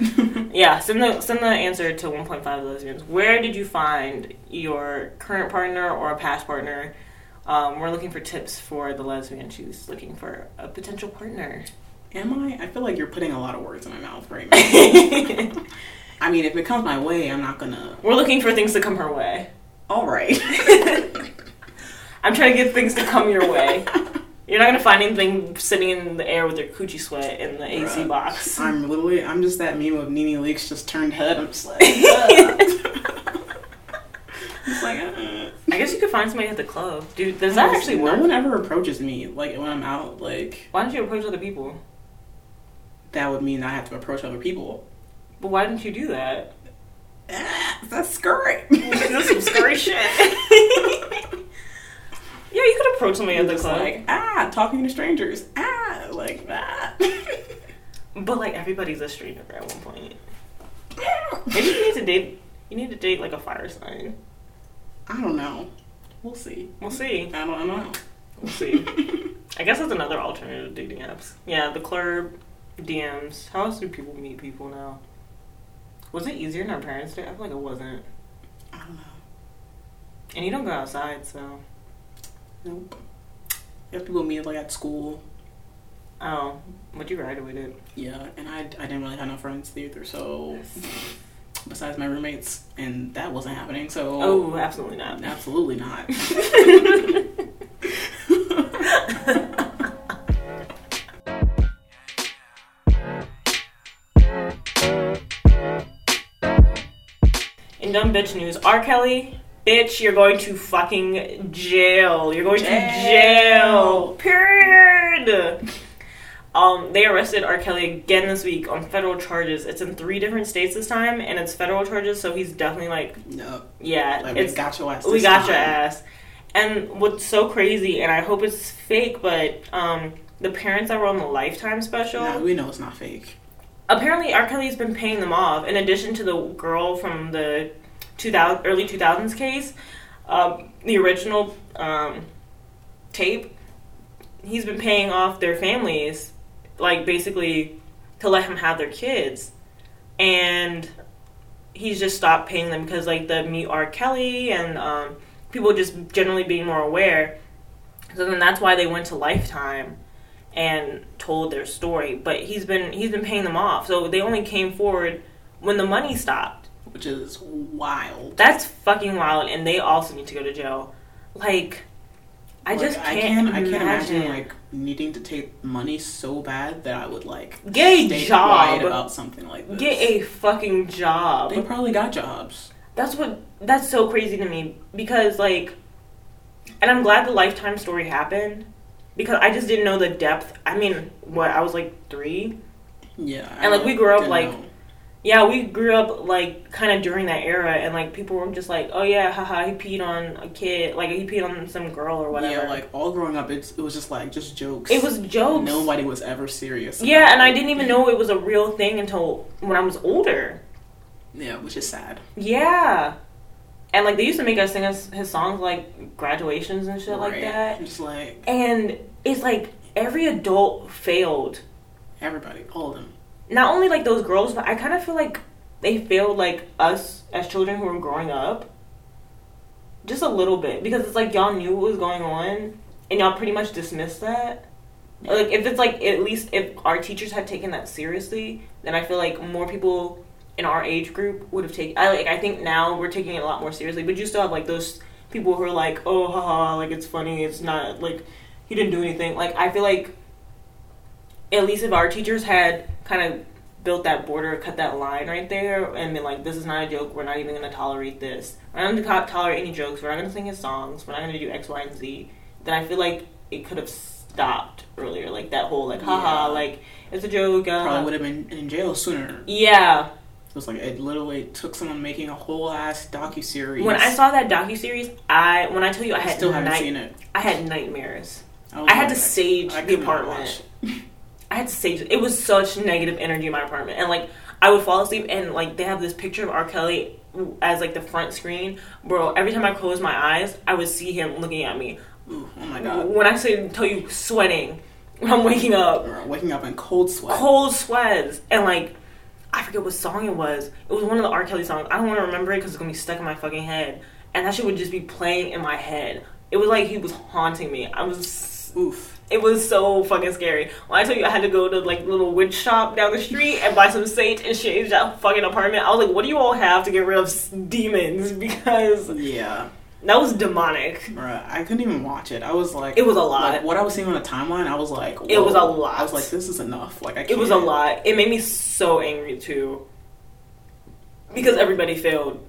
G: yeah, send the send the answer to 1.5 lesbians. Where did you find your current partner or a past partner? Um, we're looking for tips for the lesbian who's looking for a potential partner.
H: [laughs] Am I? I feel like you're putting a lot of words in my mouth right now.
G: We're
H: I mean, if it comes my way, I'm not gonna.
G: looking for things to come her way.
H: All [laughs] right.
G: I'm trying to get things to come your
H: [laughs]
G: way. You're not gonna find anything sitting in the air with your coochie sweat in the AC
H: Bruh.
G: box.
H: I'm literally. I'm just that meme of Nene Leaks just turned head. I'm just like. "Ugh." [laughs] It's like, uh,
G: I guess you could find somebody at the club. Dude, does that actually
H: no
G: work?
H: one ever approaches me like when I'm out. Like
G: Why don't you approach other people?
H: that would mean I have to approach other people.
G: But why didn't you do that?
H: That's
G: [laughs]
H: great.
G: That's some scary shit. [laughs] yeah, you could approach somebody at the
H: Just
G: club.
H: like ah, talking to strangers. Ah, like
G: [laughs]
H: that. [laughs]
G: But like everybody's a stranger at one point. Maybe you need to date. You need to date like a fire sign.
H: I don't know. We'll see.
G: We'll see.
H: I don't know.
G: We'll see.
H: [laughs]
G: I guess that's another alternative dating apps. Yeah, the club DMs. How else do people meet people now? Was it easier in our parents' day? I feel like it wasn't.
H: I don't know.
G: And you don't go outside, so
H: Nope. If people meet like at school.
G: oh, but you graduated.
H: Yeah, and I, I didn't really have no friends either. So besides my roommates, and that wasn't happening. So
G: Oh, absolutely not.
H: absolutely not. [laughs]
G: In dumb bitch news, R. Kelly, bitch, you're going to fucking jail. You're going to jail. Period. Um, they arrested R. Kelly again this week on federal charges. It's in three different states this time, and it's federal charges, so he's definitely like,
H: no,
G: yeah,
H: like
G: it's
H: we got your ass.
G: we
H: this
G: got your
H: time.
G: ass. And what's so crazy, and I hope it's fake, but um, the parents that were on the Lifetime special,
H: Nah, we know it's not fake.
G: apparently R. Kelly's been paying them off. In addition to the girl from the 2000, early 2000s case, um, the original um, tape, he's been paying off their families, like basically to let him have their kids. And he's just stopped paying them because, like, the Meet R. Kelly and um, people just generally being more aware. So then that's why they went to Lifetime and told their story. But he's been he's been paying them off. So they only came forward when the money stopped.
H: which is wild.
G: That's fucking wild, and they also need to go to jail. Like, I
H: Like,
G: just
H: I can't,
G: can't.
H: I can't imagine like needing to take money so bad that I would like
G: Get a
H: stay quiet
G: job.
H: about something like this.
G: Get a fucking job.
H: They probably got jobs.
G: That's what. That's so crazy to me because like, and I'm glad the lifetime story happened because I just didn't know the depth. I mean, what I was like three.
H: Yeah, I
G: And, like, we grew up,
H: didn't
G: like,
H: know.
G: Yeah, we grew up like kind of during that era, and like people were just like, "Oh yeah, haha, he peed on a kid, like he peed on some girl or whatever."
H: yeah, like all growing up, it's, it was just like just jokes.
G: it was jokes.
H: nobody was ever serious.
G: Yeah,
H: about
G: and I
H: it.
G: didn't even know it was a real thing until when I was older.
H: Yeah, which is sad.
G: Yeah. And like they used to make us sing his, his songs like graduations and shit like
H: Right?
G: that.
H: Just like
G: And it's like every adult failed.
H: everybody, all of them.
G: Not only like those girls, but I kind of feel like they failed like us as children who were growing up. Just a little bit because it's like y'all knew what was going on and y'all pretty much dismissed that. Like if it's like at least if our teachers had taken that seriously, then I feel like more people in our age group would have taken. I like I think now we're taking it a lot more seriously, but you still have like those people who are like, oh haha, like it's funny, it's not like he didn't do anything. Like I feel like at least if our teachers had kind of built that border, cut that line right there, and been like, this is not a joke, we're not even gonna tolerate this, we're not gonna to- tolerate any jokes, we're not gonna sing his songs, we're not gonna do X, Y, and Z, then I feel like it could have stopped earlier, like that whole like haha,
H: Yeah.
G: like it's a joke. Uh,
H: Probably would have been in jail sooner.
G: yeah,
H: It was like it literally took someone making a whole ass docu series.
G: When I saw that docu series, I when I tell you I had
H: still haven't
G: night-
H: seen it.
G: I had nightmares.
H: was
G: I had to
H: like,
G: sage
H: I
G: the
H: could not
G: apartment.
H: watch it.
G: I had to say it was such negative energy in my apartment, and like I would fall asleep, and like they have this picture of R. Kelly as like the front screen, bro. Every time I closed my eyes, I would see him looking at me.
H: Ooh, oh my god!
G: When I say tell you sweating, [laughs] when I'm waking up,
H: Girl, waking up in cold sweat.
G: cold sweats, and like I forget what song it was. It was one of the R. Kelly songs. I don't want to remember it because it's gonna be stuck in my fucking head, and that shit would just be playing in my head. It was like he was haunting me. I was
H: Oof.
G: it was so fucking scary. When I tell you I had to go to like little witch shop down the street and buy some sage and change that fucking apartment, I was like, what do you all have to get rid of s- demons? [laughs] Because
H: Yeah,
G: that was demonic.
H: bruh, I couldn't even watch it. I was like,
G: It was a lot.
H: Like, what I was seeing on the timeline, I was like,
G: It was a
H: whoa.
G: lot.
H: I was like, this is enough. Like, I can't.
G: It was a lot. It made me so angry too. Because everybody failed.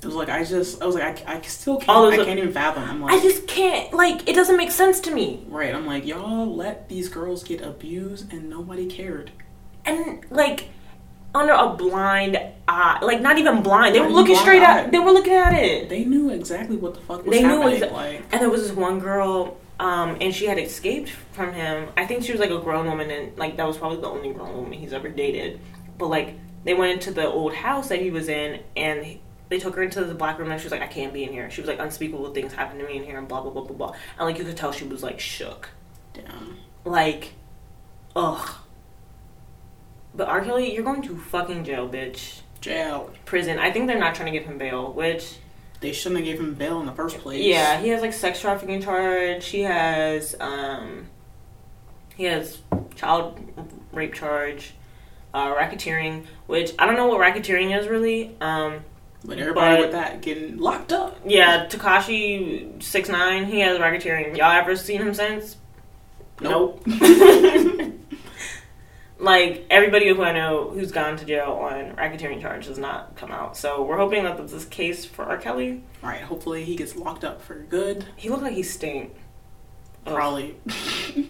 H: It was like I just, I was like, I, I still can't.
G: All
H: I
G: those-
H: can't even fathom. I'm like,
G: I just can't, like, it doesn't make sense to me.
H: right. I'm like, y'all let these girls get abused and nobody cared.
G: And, like, under a blind eye, like, not even blind, they were
H: even
G: looking straight
H: blind-eyed.
G: at, they were looking at it.
H: They knew exactly what the fuck was
G: they knew
H: happening.
G: it was
H: like,
G: and there was this one girl um and she had escaped from him i think she was like a grown woman and like that was probably the only grown woman he's ever dated but like they went into the old house that he was in and he- they took her into the black room and she was like i can't be in here she was like unspeakable things happen to me in here and blah blah blah blah blah and like you could tell she was like shook
H: damn.
G: like ugh but r kelly you're going to fucking jail bitch
H: Jail.
G: prison i think they're not trying to give him bail which
H: They shouldn't have gave him bail in the first place.
G: Yeah, he has like sex trafficking charge. He has um, he has child rape charge, uh, racketeering. Which I don't know what racketeering is really. Um,
H: But everybody
G: But-
H: with that getting locked up.
G: yeah, Takashi six nine. He has racketeering. Y'all ever seen him since?
H: Nope.
G: [laughs] Like everybody who I know who's gone to jail on racketeering charge has not come out. So we're hoping that this is case for R. Kelly.
H: All right. Hopefully he gets locked up for good.
G: He looked like he stink. Ugh. [laughs]
H: Probably.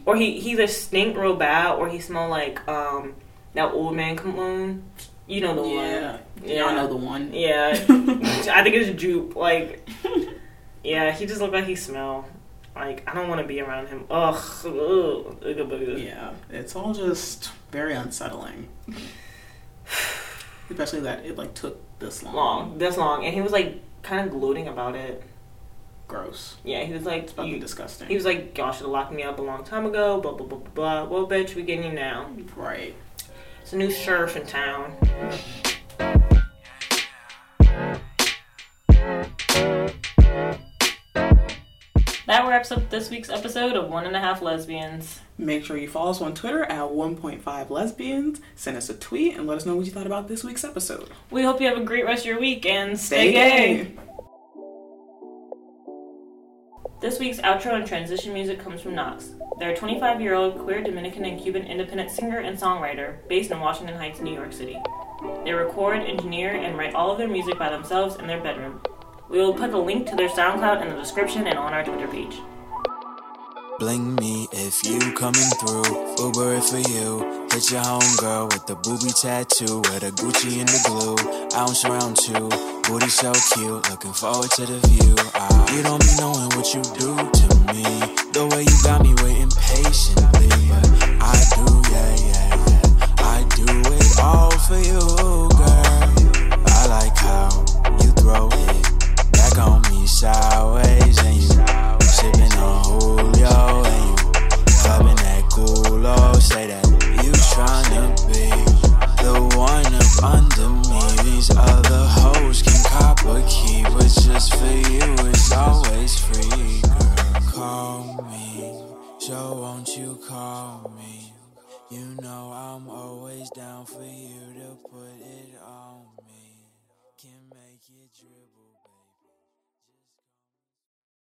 G: or he he either stink real bad or he smell like um that old man cologne. You know the
H: yeah. Y'all
G: Yeah.
H: know the one. [laughs]
G: one. Yeah. I think it's jupe. Like yeah, he just looked like he smell. Like I don't want to be around him. Ugh. ugh, ugga bugga.
H: yeah. It's all just very unsettling. [sighs] Especially that it like took this long.
G: Long. That's long. And he was like kind of gloating about it.
H: Gross.
G: Yeah, he was like
H: It's fucking
G: you-
H: disgusting.
G: he was like, y'all should have locked me up a long time ago, blah, blah, blah, blah, blah. Well, bitch, we getting you now.
H: right.
G: It's a new sheriff in town. That wraps up this week's episode of One and a Half Lesbians.
H: Make sure you follow us on Twitter at 1.5 lesbians. Send us a tweet and let us know what you thought about this week's episode.
G: We hope you have a great rest of your week and
H: Stay
G: stay gay.
H: gay.
G: This week's outro and transition music comes from Knox. They're a 25 year old queer Dominican and Cuban independent singer and songwriter based in Washington Heights, New York City. They record, engineer, and write all of their music by themselves in their bedroom. We will put a link to their SoundCloud in the description and on our Twitter page.
E: Bling me if you coming through. Uber it for you. Hit your homegirl with the booby tattoo. With a Gucci and the glue. Ounce round two. Booty so cute. Looking forward to the view. Ah, you don't be knowing what you do to me. The way you got me waiting patiently. But I do, yeah, yeah, yeah. I do it all for you, girl. I like how you throw it back on me sideways. And you sipping on Julio and you clubbing that culo. Say that you tryna be the one up under me. These other hoes can cop a key, but just for you it's always free. Girl, call me, so won't you call me? You know I'm always down for you to put it on me. Can make it dribble.